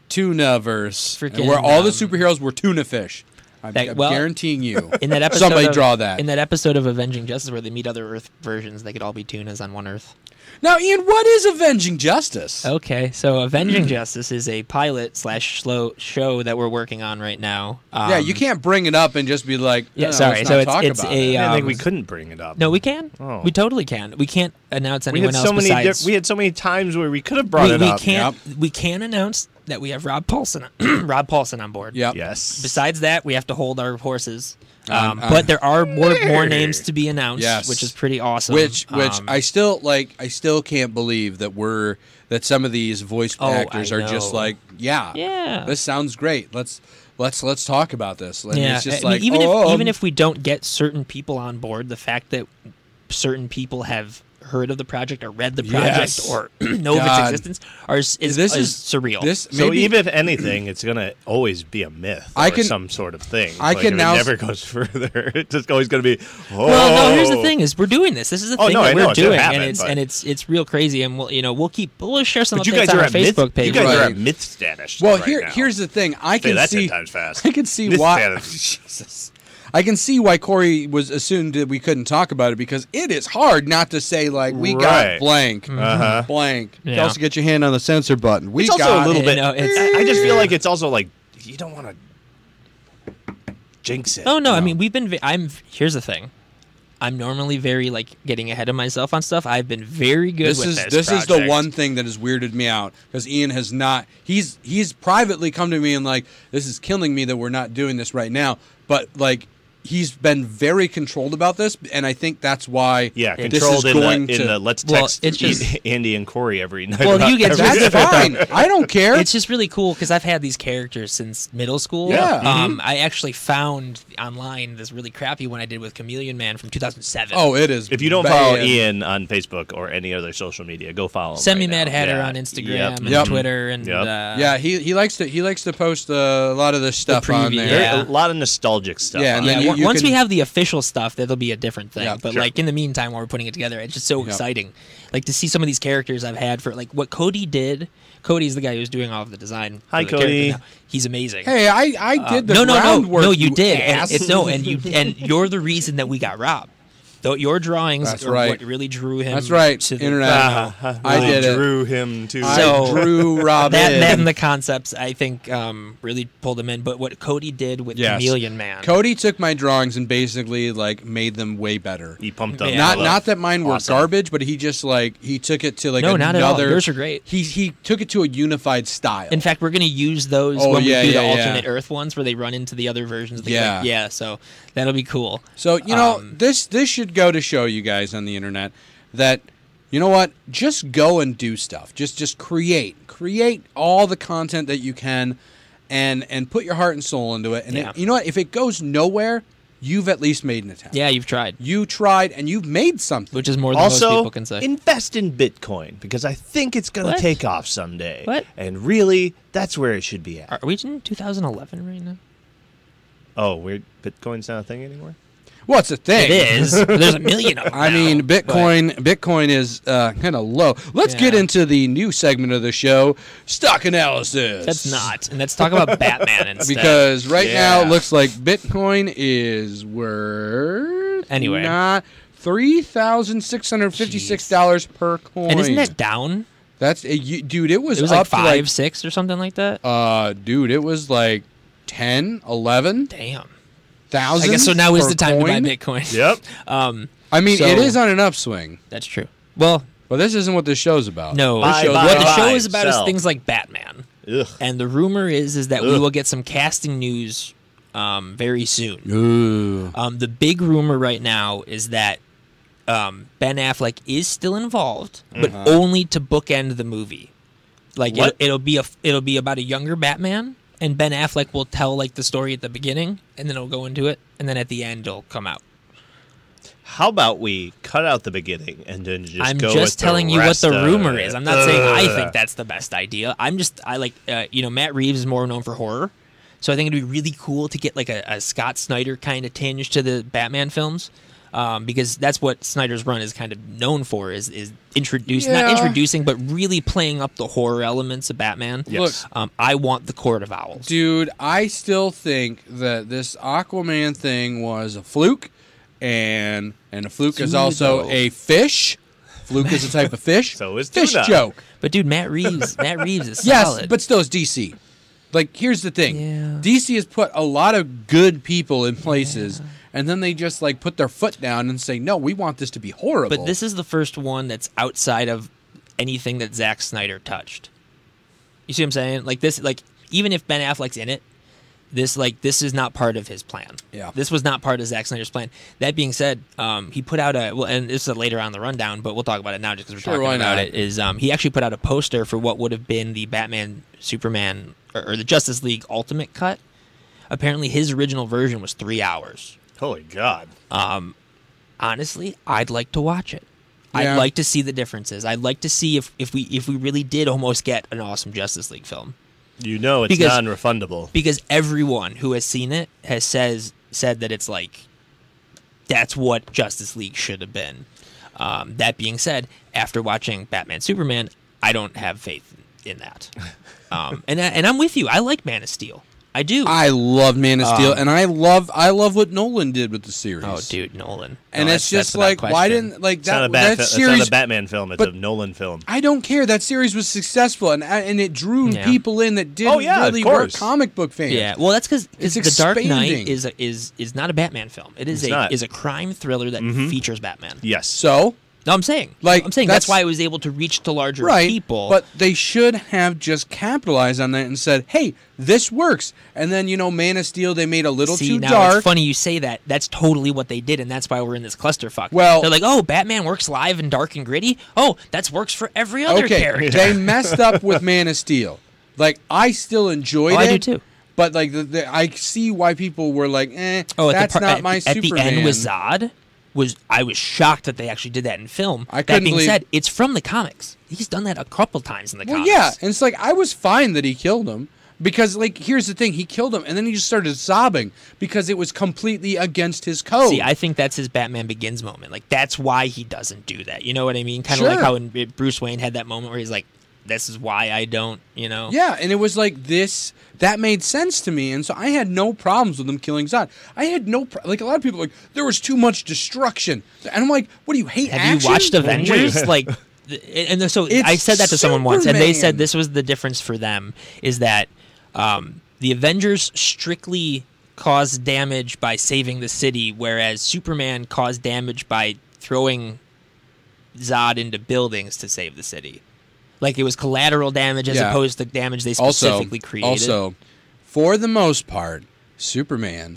Speaker 1: Tuna verse,
Speaker 2: Freaking,
Speaker 1: where all the
Speaker 2: um,
Speaker 1: superheroes were tuna fish. I'm,
Speaker 2: that-
Speaker 1: I'm
Speaker 2: well,
Speaker 1: guaranteeing you.
Speaker 2: in that episode
Speaker 1: somebody
Speaker 2: of-
Speaker 1: draw that.
Speaker 2: in that episode of Avenging Justice where they meet other Earth versions, they could all be tunas on one Earth.
Speaker 1: now, Ian, what is avenging justice?
Speaker 2: Okay, so Avenging Justice is a pilot slash slow show that we're working on right now. Um,
Speaker 1: yeah, you can't bring it up and just be like,
Speaker 2: Yeah,
Speaker 1: no,
Speaker 2: sorry.
Speaker 1: Let's
Speaker 2: So
Speaker 1: not
Speaker 2: it's-
Speaker 1: talk
Speaker 2: it's
Speaker 1: about
Speaker 2: a,
Speaker 1: it.
Speaker 3: I didn't
Speaker 2: um,
Speaker 3: think we couldn't bring it up.
Speaker 2: No, we can.
Speaker 3: Oh.
Speaker 2: We totally can. We can't announce
Speaker 3: we
Speaker 2: anyone
Speaker 3: had
Speaker 2: else
Speaker 3: so many. di-
Speaker 2: besides.
Speaker 3: we had so many times where we could have brought
Speaker 2: we,
Speaker 3: it
Speaker 2: we
Speaker 3: up.
Speaker 2: can't. We can announce that we have Rob Paulson. Rob Paulson on board.
Speaker 1: Yep.
Speaker 3: Yes.
Speaker 2: Besides that, we have to hold our horses. Um,
Speaker 1: Um, uh,
Speaker 2: but there are more more names to be announced,
Speaker 1: Yes.
Speaker 2: which is pretty awesome.
Speaker 1: Which which
Speaker 2: Um,
Speaker 1: I still like I still can't believe that we're that some of these voice
Speaker 2: Oh,
Speaker 1: actors
Speaker 2: I
Speaker 1: are just
Speaker 2: know.
Speaker 1: like, yeah.
Speaker 2: yeah.
Speaker 1: This sounds great. Let's let's let's talk about this. And it's just
Speaker 2: I mean,
Speaker 1: like
Speaker 2: even
Speaker 1: oh,
Speaker 2: if
Speaker 1: um,
Speaker 2: even if we don't get certain people on board, the fact that certain people have heard of the project or read the project
Speaker 3: Yes.
Speaker 2: or know of its
Speaker 1: God.
Speaker 2: existence are is, is,
Speaker 1: This
Speaker 2: is
Speaker 1: is-
Speaker 2: surreal.
Speaker 1: this
Speaker 3: So
Speaker 1: maybe
Speaker 3: even if anything, it's gonna always be a myth
Speaker 1: I
Speaker 3: or
Speaker 1: can-
Speaker 3: some sort of thing.
Speaker 1: I
Speaker 3: Like,
Speaker 1: can
Speaker 3: it
Speaker 1: now-
Speaker 3: never goes further. It's just always gonna be. Oh.
Speaker 2: well, no. Here's the thing: is we're doing this. This is the
Speaker 3: Oh,
Speaker 2: thing
Speaker 3: no,
Speaker 2: that
Speaker 3: I
Speaker 2: we're
Speaker 3: know, it's gonna
Speaker 2: doing,
Speaker 3: happen,
Speaker 2: and it's
Speaker 3: but-
Speaker 2: and it's it's real crazy. And we'll you know we'll keep we'll share some
Speaker 3: But you
Speaker 2: updates
Speaker 3: guys
Speaker 2: on
Speaker 3: are
Speaker 2: our
Speaker 3: at myth.
Speaker 2: Facebook page.
Speaker 3: You guys
Speaker 1: right?
Speaker 3: are at myth status.
Speaker 1: well
Speaker 3: right
Speaker 1: here
Speaker 3: now.
Speaker 1: here's the thing I
Speaker 3: Say
Speaker 1: can
Speaker 3: that
Speaker 1: see
Speaker 3: ten times fast.
Speaker 1: I can see
Speaker 3: Myth
Speaker 1: why
Speaker 3: status.
Speaker 1: Jesus. I can see why Corey was assumed that we couldn't talk about it because it is hard not to say like we
Speaker 3: Right.
Speaker 1: got blank,
Speaker 3: Uh-huh.
Speaker 1: blank. You
Speaker 2: Yeah.
Speaker 1: also get your hand on the censor button. We
Speaker 3: It's also
Speaker 1: got
Speaker 3: a little
Speaker 2: it.
Speaker 3: bit.
Speaker 2: No, it's-
Speaker 3: I I just feel like it's also like you don't want to jinx it.
Speaker 2: Oh no, I mean we've been. ve- I'm here's the thing. I'm normally very like getting ahead of myself on stuff. I've been very good
Speaker 1: this
Speaker 2: with
Speaker 1: is
Speaker 2: this.
Speaker 1: this is the
Speaker 2: project.
Speaker 1: one thing that has weirded me out because Ian has not he's he's privately come to me and like this is killing me that we're not doing this right now but like he's been very controlled about this and I think that's why
Speaker 3: Yeah,
Speaker 1: this
Speaker 3: controlled
Speaker 1: is
Speaker 3: in the,
Speaker 1: going
Speaker 3: in
Speaker 1: to
Speaker 3: the let's
Speaker 2: Well,
Speaker 3: text
Speaker 2: it's just-
Speaker 3: Andy and Corey every night.
Speaker 2: Well, if
Speaker 3: about
Speaker 2: you get-
Speaker 3: everything.
Speaker 1: that's fine I don't care
Speaker 2: It's just really cool because I've had these characters since middle school.
Speaker 1: Yeah. Mm-hmm.
Speaker 2: Um, I actually found online this really crappy one I did with Chameleon Man from 2007.
Speaker 1: oh it is
Speaker 3: If you don't
Speaker 1: bad.
Speaker 3: follow Ian on Facebook or any other social media, go follow him.
Speaker 2: Send me
Speaker 3: right
Speaker 2: Mad
Speaker 3: now.
Speaker 2: Hatter
Speaker 3: Yeah.
Speaker 2: on Instagram
Speaker 3: Yep.
Speaker 2: and
Speaker 1: Yep.
Speaker 2: Twitter and
Speaker 3: Yep.
Speaker 2: uh,
Speaker 1: yeah he he likes to he likes to post uh, a lot of this stuff on
Speaker 2: preview,
Speaker 1: there
Speaker 3: There-
Speaker 2: yeah.
Speaker 3: A lot of nostalgic stuff.
Speaker 1: Yeah, and
Speaker 3: on
Speaker 1: then
Speaker 2: Yeah,
Speaker 3: it.
Speaker 1: you that you
Speaker 2: once
Speaker 1: can-
Speaker 2: we have the official stuff, that'll be a different thing.
Speaker 1: Yeah,
Speaker 2: but
Speaker 1: sure.
Speaker 2: like in the meantime, while we're putting it together, it's just so exciting. Like to see some of these characters I've had for like what Cody did. Cody's the guy who's doing all of the design. for
Speaker 3: Hi,
Speaker 2: the character
Speaker 3: Cody.
Speaker 2: now. He's amazing.
Speaker 1: Hey, I, I did the
Speaker 2: Uh, no, no, no,
Speaker 1: groundwork.
Speaker 2: no! You, did. And
Speaker 1: ass.
Speaker 2: it's no, and you and you're the reason that we got robbed. Though your drawings
Speaker 1: That's
Speaker 2: are
Speaker 1: right.
Speaker 2: what really drew him.
Speaker 1: That's right,
Speaker 2: To the,
Speaker 1: internet. uh, I
Speaker 3: uh, Really
Speaker 1: did it.
Speaker 3: drew him to.
Speaker 1: I
Speaker 2: So-
Speaker 1: drew Rob
Speaker 2: that
Speaker 1: in.
Speaker 2: that and the concepts I think um, really pulled him in. But what Cody did with
Speaker 1: Yes.
Speaker 2: Chameleon Man,
Speaker 1: Cody took my drawings and basically like made them way better.
Speaker 3: he pumped up.
Speaker 2: Yeah.
Speaker 1: Not
Speaker 3: Lola.
Speaker 1: not that mine were
Speaker 3: Awesome.
Speaker 1: garbage, but he just like he took it to like
Speaker 2: No, not
Speaker 1: another.
Speaker 2: at all. Yours are great.
Speaker 1: He he took it to a unified style.
Speaker 2: In fact, we're going to use those
Speaker 1: Oh,
Speaker 2: when
Speaker 1: yeah,
Speaker 2: we do
Speaker 1: yeah,
Speaker 2: the
Speaker 1: yeah.
Speaker 2: alternate Earth ones where they run into the other versions of the
Speaker 1: Yeah.
Speaker 2: game. Yeah, so that'll be cool.
Speaker 1: So you know
Speaker 2: Um,
Speaker 1: this this should go to show you guys on the internet that you know what just go and do stuff just just create create all the content that you can and and put your heart and soul into it and
Speaker 2: Yeah.
Speaker 1: it- you know what if it goes nowhere you've at least made an attempt
Speaker 2: Yeah, you've tried,
Speaker 1: you tried and you've made something
Speaker 2: which is more than most
Speaker 3: Also,
Speaker 2: people can say.
Speaker 3: invest in Bitcoin because I think it's going
Speaker 2: What?
Speaker 3: to take off someday.
Speaker 2: What?
Speaker 3: And really, that's where it should be at.
Speaker 2: are we in 2011 right now?
Speaker 3: Oh, we're Bitcoin's not a thing anymore.
Speaker 1: what's the thing
Speaker 2: It is. There's a million of them.
Speaker 1: I mean,
Speaker 2: now, but-
Speaker 1: Bitcoin. Bitcoin is uh, kind of low. Let's get
Speaker 2: Yeah.
Speaker 1: into the new segment of the show, stock analysis.
Speaker 2: That's not. And let's talk about Batman instead.
Speaker 1: because right now it
Speaker 3: Yeah.
Speaker 1: looks like Bitcoin is worth
Speaker 2: Anyway.
Speaker 1: not three thousand six hundred fifty-six dollars per coin.
Speaker 2: and isn't that down?
Speaker 1: that's a, you, dude? It was,
Speaker 2: It was
Speaker 1: up
Speaker 2: like five,
Speaker 1: to
Speaker 2: six, or something like that.
Speaker 1: like uh, dude, it was like 10, 11
Speaker 2: Damn. I
Speaker 1: thousand.
Speaker 2: guess so. Now is
Speaker 1: per
Speaker 2: the time
Speaker 1: coin.
Speaker 2: to buy Bitcoin.
Speaker 3: Yep.
Speaker 2: Um,
Speaker 1: I mean, it
Speaker 2: So-
Speaker 1: is on an upswing,
Speaker 2: that's true. Well,
Speaker 1: but this isn't what this show's about.
Speaker 2: no.
Speaker 3: Buy,
Speaker 2: what
Speaker 3: buy,
Speaker 2: the
Speaker 3: buy,
Speaker 2: show is about is
Speaker 3: sell.
Speaker 2: things like Batman.
Speaker 3: Ugh.
Speaker 2: And the rumor is is that we
Speaker 3: Ugh.
Speaker 2: will get some casting news um, very soon.
Speaker 1: Ooh.
Speaker 2: Um, the big rumor right now is that um, Ben Affleck is still involved, but only to bookend the movie. Like it'll,
Speaker 3: What?
Speaker 2: it'll be a f- it'll be about a younger Batman, and Ben Affleck will tell like the story at the beginning, and then it'll go into it, and then at the end it'll come out.
Speaker 3: How about we cut out the beginning and then just
Speaker 2: I'm
Speaker 3: go with
Speaker 2: just
Speaker 3: the
Speaker 2: telling you what
Speaker 3: rest
Speaker 2: the
Speaker 3: of
Speaker 2: rumor
Speaker 3: it?
Speaker 2: is. I'm not saying I
Speaker 3: Ugh.
Speaker 2: think that's the best idea. I'm just I like uh, you know Matt Reeves is more known for horror, so I think it'd be really cool to get like a, a Scott Snyder kind of tinge to the Batman films. Um, because that's what Snyder's run is kind of known for is is introduce
Speaker 1: Yeah.
Speaker 2: not introducing but really playing up the horror elements of Batman.
Speaker 1: Yes.
Speaker 2: Um, I want the Court of Owls.
Speaker 1: Dude, I still think that this Aquaman thing was a fluke, and and a fluke is also
Speaker 2: Pseudo.
Speaker 1: a fish. Fluke is a type of fish.
Speaker 3: So is
Speaker 1: fish
Speaker 3: tuna.
Speaker 1: joke.
Speaker 2: But dude, Matt Reeves, Matt Reeves is
Speaker 1: Yes,
Speaker 2: solid.
Speaker 1: but still, it's DC. Like, here's the thing:
Speaker 2: Yeah.
Speaker 1: DC has put a lot of good people in places, and then they just like put their foot down and say, "No, we want this to be horrible."
Speaker 2: But this is the first one that's outside of anything that Zack Snyder touched. You see what I'm saying? Like this, like even if Ben Affleck's in it, this like this is not part of his plan.
Speaker 1: Yeah.
Speaker 2: this was not part of Zack Snyder's plan. That being said, um, he put out a well, and this is later on in the rundown, but we'll talk about it now just because we're
Speaker 1: Sure, why
Speaker 2: talking about
Speaker 1: not?
Speaker 2: it. Is um, he actually put out a poster for what would have been the Batman, Superman, or, or the Justice League Ultimate cut? Apparently, his original version was three hours
Speaker 3: Holy God!
Speaker 2: honestly, I'd like to watch it.
Speaker 1: Yeah.
Speaker 2: I'd like to see the differences. I'd like to see if, if we if we really did almost get an awesome Justice League film
Speaker 3: You know it's
Speaker 2: Because-
Speaker 3: non-refundable.
Speaker 2: because everyone who has seen it has says said that it's like that's what Justice League should have been. Um, that being said, after watching Batman Superman, I don't have faith in that. Um, and I, and I'm with you. I like Man of Steel. I do.
Speaker 1: I love Man of
Speaker 3: Ah.
Speaker 1: Steel, and I love I love what Nolan did with the series.
Speaker 2: oh, dude, Nolan.
Speaker 1: And
Speaker 2: No,
Speaker 1: it's just
Speaker 2: that's- that's without
Speaker 1: like, why
Speaker 2: question.
Speaker 1: didn't like
Speaker 3: it's not
Speaker 1: that
Speaker 3: a bad.
Speaker 1: that
Speaker 3: fi-
Speaker 1: series?
Speaker 3: it's not a Batman film. It's
Speaker 1: but-
Speaker 3: a Nolan film.
Speaker 1: I don't care. That series was successful, and uh, and it drew
Speaker 2: Yeah.
Speaker 1: people in that didn't
Speaker 3: Oh, yeah, of
Speaker 1: really were
Speaker 3: course.
Speaker 1: comic book fans.
Speaker 2: Yeah, well, that's because
Speaker 1: It's
Speaker 2: the Dark Knight
Speaker 1: expanding.
Speaker 2: is a, is is not a Batman film. It is
Speaker 3: It's
Speaker 2: a
Speaker 3: not. Mm-hmm.
Speaker 2: is a crime thriller that features Batman.
Speaker 3: yes.
Speaker 1: So
Speaker 2: No, I'm saying
Speaker 1: Like,
Speaker 2: I'm saying that's,
Speaker 1: that's-
Speaker 2: why I was able to reach to larger
Speaker 1: right,
Speaker 2: people.
Speaker 1: but they should have just capitalized on that and said, "Hey, this works." And then you know, Man of Steel, they made a little
Speaker 2: see
Speaker 1: too
Speaker 2: now
Speaker 1: dark.
Speaker 2: it's funny you say that. That's totally what they did, and that's why we're in this clusterfuck.
Speaker 1: Well-
Speaker 2: they're like, oh, Batman works live and dark and gritty. Oh, that's works for every other
Speaker 1: okay,
Speaker 2: character.
Speaker 1: they messed up with Man of Steel. Like I still enjoyed
Speaker 2: Oh,
Speaker 1: it.
Speaker 2: I do too.
Speaker 1: But like the, the, I see why people were like, "Eh,
Speaker 2: Oh, at
Speaker 1: that's
Speaker 2: the par-
Speaker 1: not
Speaker 2: at,
Speaker 1: my
Speaker 2: at
Speaker 1: Superman."
Speaker 2: the end with Zod was I was shocked that they actually did that in film.
Speaker 1: I
Speaker 2: that
Speaker 1: couldn't
Speaker 2: being
Speaker 1: believe-
Speaker 2: said, it's from the comics. He's done that a couple times in the
Speaker 1: Well,
Speaker 2: comics.
Speaker 1: yeah, and it's like I was fine that he killed him, Because like here's the thing, he killed him and then he just started sobbing because it was completely against his code.
Speaker 2: See, I think that's his Batman Begins moment. Like that's why he doesn't do that. You know what I mean? Kind of like
Speaker 1: Sure.
Speaker 2: how in, Bruce Wayne had that moment where he's like, "This is why I don't." You know?
Speaker 1: Yeah, and it was like this. That made sense to me, and so I had no problems with them killing Zod. I had no pro- like a lot of people are like there was too much destruction, and I'm like, what do you hate?
Speaker 2: Have you
Speaker 1: action?
Speaker 2: watched Avengers? like, th- and so I said that to someone once, and they said
Speaker 1: Superman.
Speaker 2: this was the difference for them is that um, the Avengers strictly caused damage by saving the city, whereas Superman caused damage by throwing Zod into buildings to save the city. Like it was collateral damage as
Speaker 1: Yeah.
Speaker 2: opposed to damage they
Speaker 1: also,
Speaker 2: specifically created.
Speaker 1: also, for the most part, Superman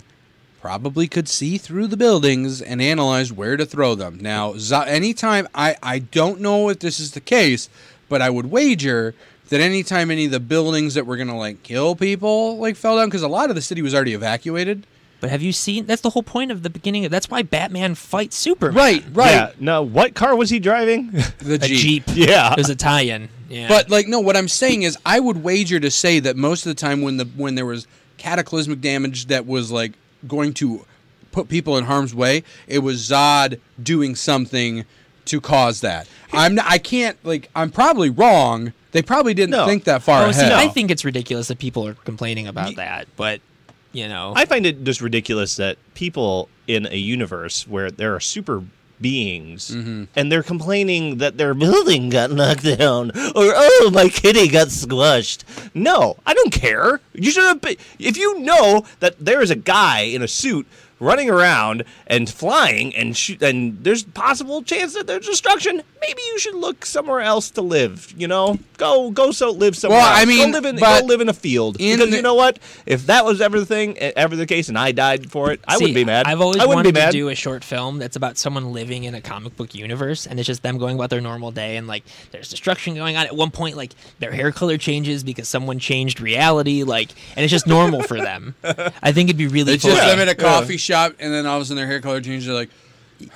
Speaker 1: probably could see through the buildings and analyze where to throw them. Now, Zod, anytime I I don't know if this is the case, but I would wager that anytime any of the buildings that were gonna like kill people like fell down because a lot of the city was already evacuated.
Speaker 2: but have you seen? That's the whole point of the beginning. Of, that's why Batman fights Superman.
Speaker 1: Right, right.
Speaker 3: Yeah. No. What car was he driving?
Speaker 1: The
Speaker 2: a
Speaker 1: Jeep.
Speaker 2: jeep.
Speaker 3: Yeah.
Speaker 2: it was a tie-in. Yeah,
Speaker 1: But like no, what I'm saying is I would wager to say that most of the time when the when there was cataclysmic damage that was like going to put people in harm's way, it was Zod doing something to cause that. I'm not, I can't like I'm probably wrong. They probably didn't
Speaker 3: No.
Speaker 1: think that far
Speaker 2: Oh, see,
Speaker 1: ahead.
Speaker 2: I think it's ridiculous that people are complaining about that, but you know,
Speaker 3: I find it just ridiculous that people in a universe where there are super beings
Speaker 1: Mm-hmm.
Speaker 3: and they're complaining that their building got knocked down or oh my kitty got squashed. No, I don't care. You should have been, if you know that there is a guy in a suit running around and flying and shoot and there's possible chance that there's destruction maybe you should look somewhere else to live you know go go so live somewhere
Speaker 1: Well, I
Speaker 3: else.
Speaker 1: mean,
Speaker 3: go live in
Speaker 1: but-
Speaker 3: go live in a field
Speaker 1: In
Speaker 3: because
Speaker 1: the-
Speaker 3: you know what? If that was ever the thing, e, ever the case, and I died for it, I
Speaker 2: See,
Speaker 3: wouldn't be mad.
Speaker 2: I've always
Speaker 3: I wouldn't
Speaker 2: wanted
Speaker 3: be mad.
Speaker 2: to do a short film that's about someone living in a comic book universe, and it's just them going about their normal day, and like there's destruction going on. At one point, like their hair color changes because someone changed reality, like, and it's just normal for them. I think it'd be really
Speaker 1: it's just
Speaker 2: funny.
Speaker 1: them at a coffee shop and then all of a sudden their hair color changes. They're like,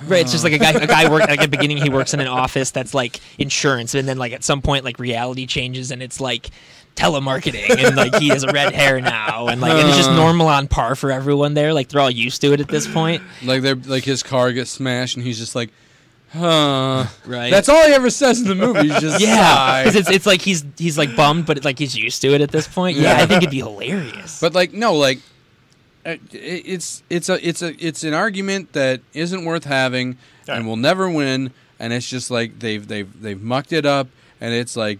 Speaker 2: Right, it's just like a guy. A guy work like at the beginning. He works in an office that's like insurance, and then like at some point, like reality changes, and it's like telemarketing, and like he has red hair now, and like and it's just normal on par for everyone there. Like they're all used to it at this point.
Speaker 1: like they're like his car gets smashed and he's just like, huh.
Speaker 2: Right.
Speaker 1: That's all he ever says in the movie. He's just
Speaker 2: Yeah,
Speaker 1: sigh.
Speaker 2: 'cause it's it's like he's he's like bummed, but like he's used to it at this point. Yeah, I think it'd be hilarious.
Speaker 1: But like no, like uh, it- it's it's a it's a it's an argument that isn't worth having and will never win. And it's just like they've they've they've mucked it up, and it's like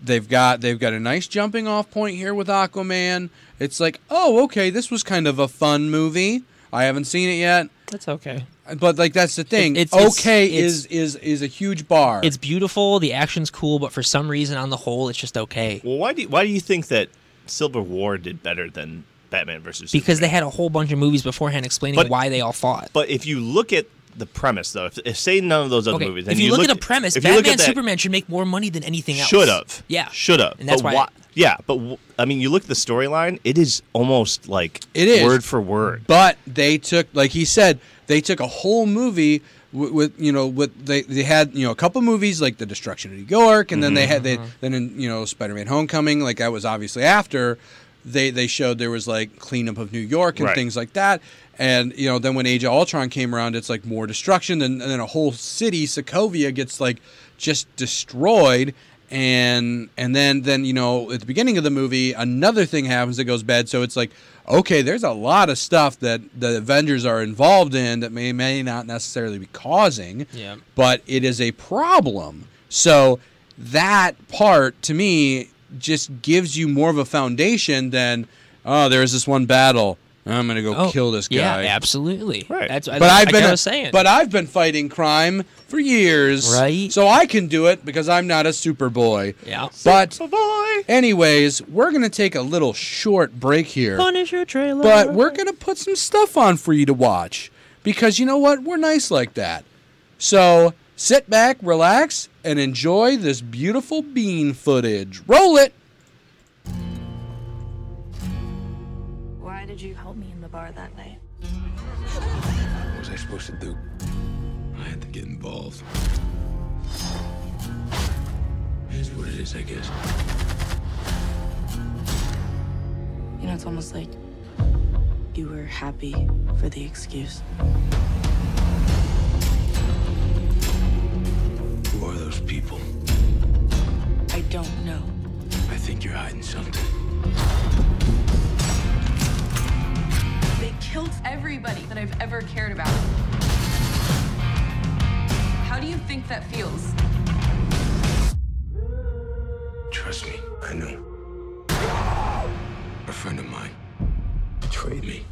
Speaker 1: they've got they've got a nice jumping off point here with Aquaman. It's like oh okay, this was kind of a fun movie. I haven't seen it yet,
Speaker 2: that's okay.
Speaker 1: but like that's the thing.
Speaker 2: It's- it's-
Speaker 1: okay
Speaker 2: it's-
Speaker 1: is is is a huge bar.
Speaker 2: It's beautiful. The action's cool, but for some reason, on the whole, it's just okay.
Speaker 3: Well, why do you, why do you think that Civil War did better than Batman versus
Speaker 2: Because they
Speaker 3: Superman?
Speaker 2: had a whole bunch of movies beforehand explaining
Speaker 3: But-
Speaker 2: why they all fought.
Speaker 3: But if you look at the premise, though, if, if say none of those other
Speaker 2: Okay.
Speaker 3: movies,
Speaker 2: if
Speaker 3: and
Speaker 2: you, look, at a
Speaker 3: at-
Speaker 2: premise,
Speaker 3: if you look
Speaker 2: Batman
Speaker 3: at that-
Speaker 2: Superman should make more money than anything else.
Speaker 3: Should have.
Speaker 2: Yeah.
Speaker 3: Should have.
Speaker 2: And that's
Speaker 3: but
Speaker 2: why.
Speaker 3: Yeah, but w- I mean, you look at the storyline; it is almost like
Speaker 1: It is.
Speaker 3: word for word.
Speaker 1: But they took, like he said, they took a whole movie with, with you know, with they, they had you know a couple movies like the destruction of New York, and then they had they then in, you know Spider-Man: Homecoming, like that was obviously after. They they showed there was like cleanup of New York and
Speaker 3: Right.
Speaker 1: things like that, and you know then when Age of Ultron came around, it's like more destruction, and, and then a whole city, Sokovia, gets like just destroyed, and and then then you know at the beginning of the movie another thing happens that goes bad so it's like okay there's a lot of stuff that the avengers are involved in that may may not necessarily be causing
Speaker 2: Yeah.
Speaker 1: but it is a problem so that part to me just gives you more of a foundation than oh there's this one battle i'm gonna go
Speaker 2: Oh,
Speaker 1: kill this guy
Speaker 2: Yeah, absolutely.
Speaker 3: Right.
Speaker 2: That's
Speaker 1: but I've
Speaker 2: I
Speaker 1: been
Speaker 2: was saying.
Speaker 1: but I've been fighting crime for years,
Speaker 2: Right.
Speaker 1: So I can do it because I'm not a Superboy.
Speaker 2: Yeah.
Speaker 1: But
Speaker 3: Bye-bye.
Speaker 1: anyways, we're gonna take a little short break here,
Speaker 2: Punisher trailer.
Speaker 1: but we're gonna put some stuff on for you to watch because you know what? We're nice like that. So sit back, relax, and enjoy this beautiful bean footage. Roll it.
Speaker 4: Why did you help me in the bar that night?
Speaker 5: What was I supposed to do? I had to get involved. Here's what it is, I guess.
Speaker 6: know, it's almost like you were happy for the excuse.
Speaker 5: Who are those people?
Speaker 6: I don't know.
Speaker 5: I think you're hiding something.
Speaker 7: They killed everybody that I've ever cared about. How do you think that feels?
Speaker 5: Trust me, I know. A friend of mine betrayed me.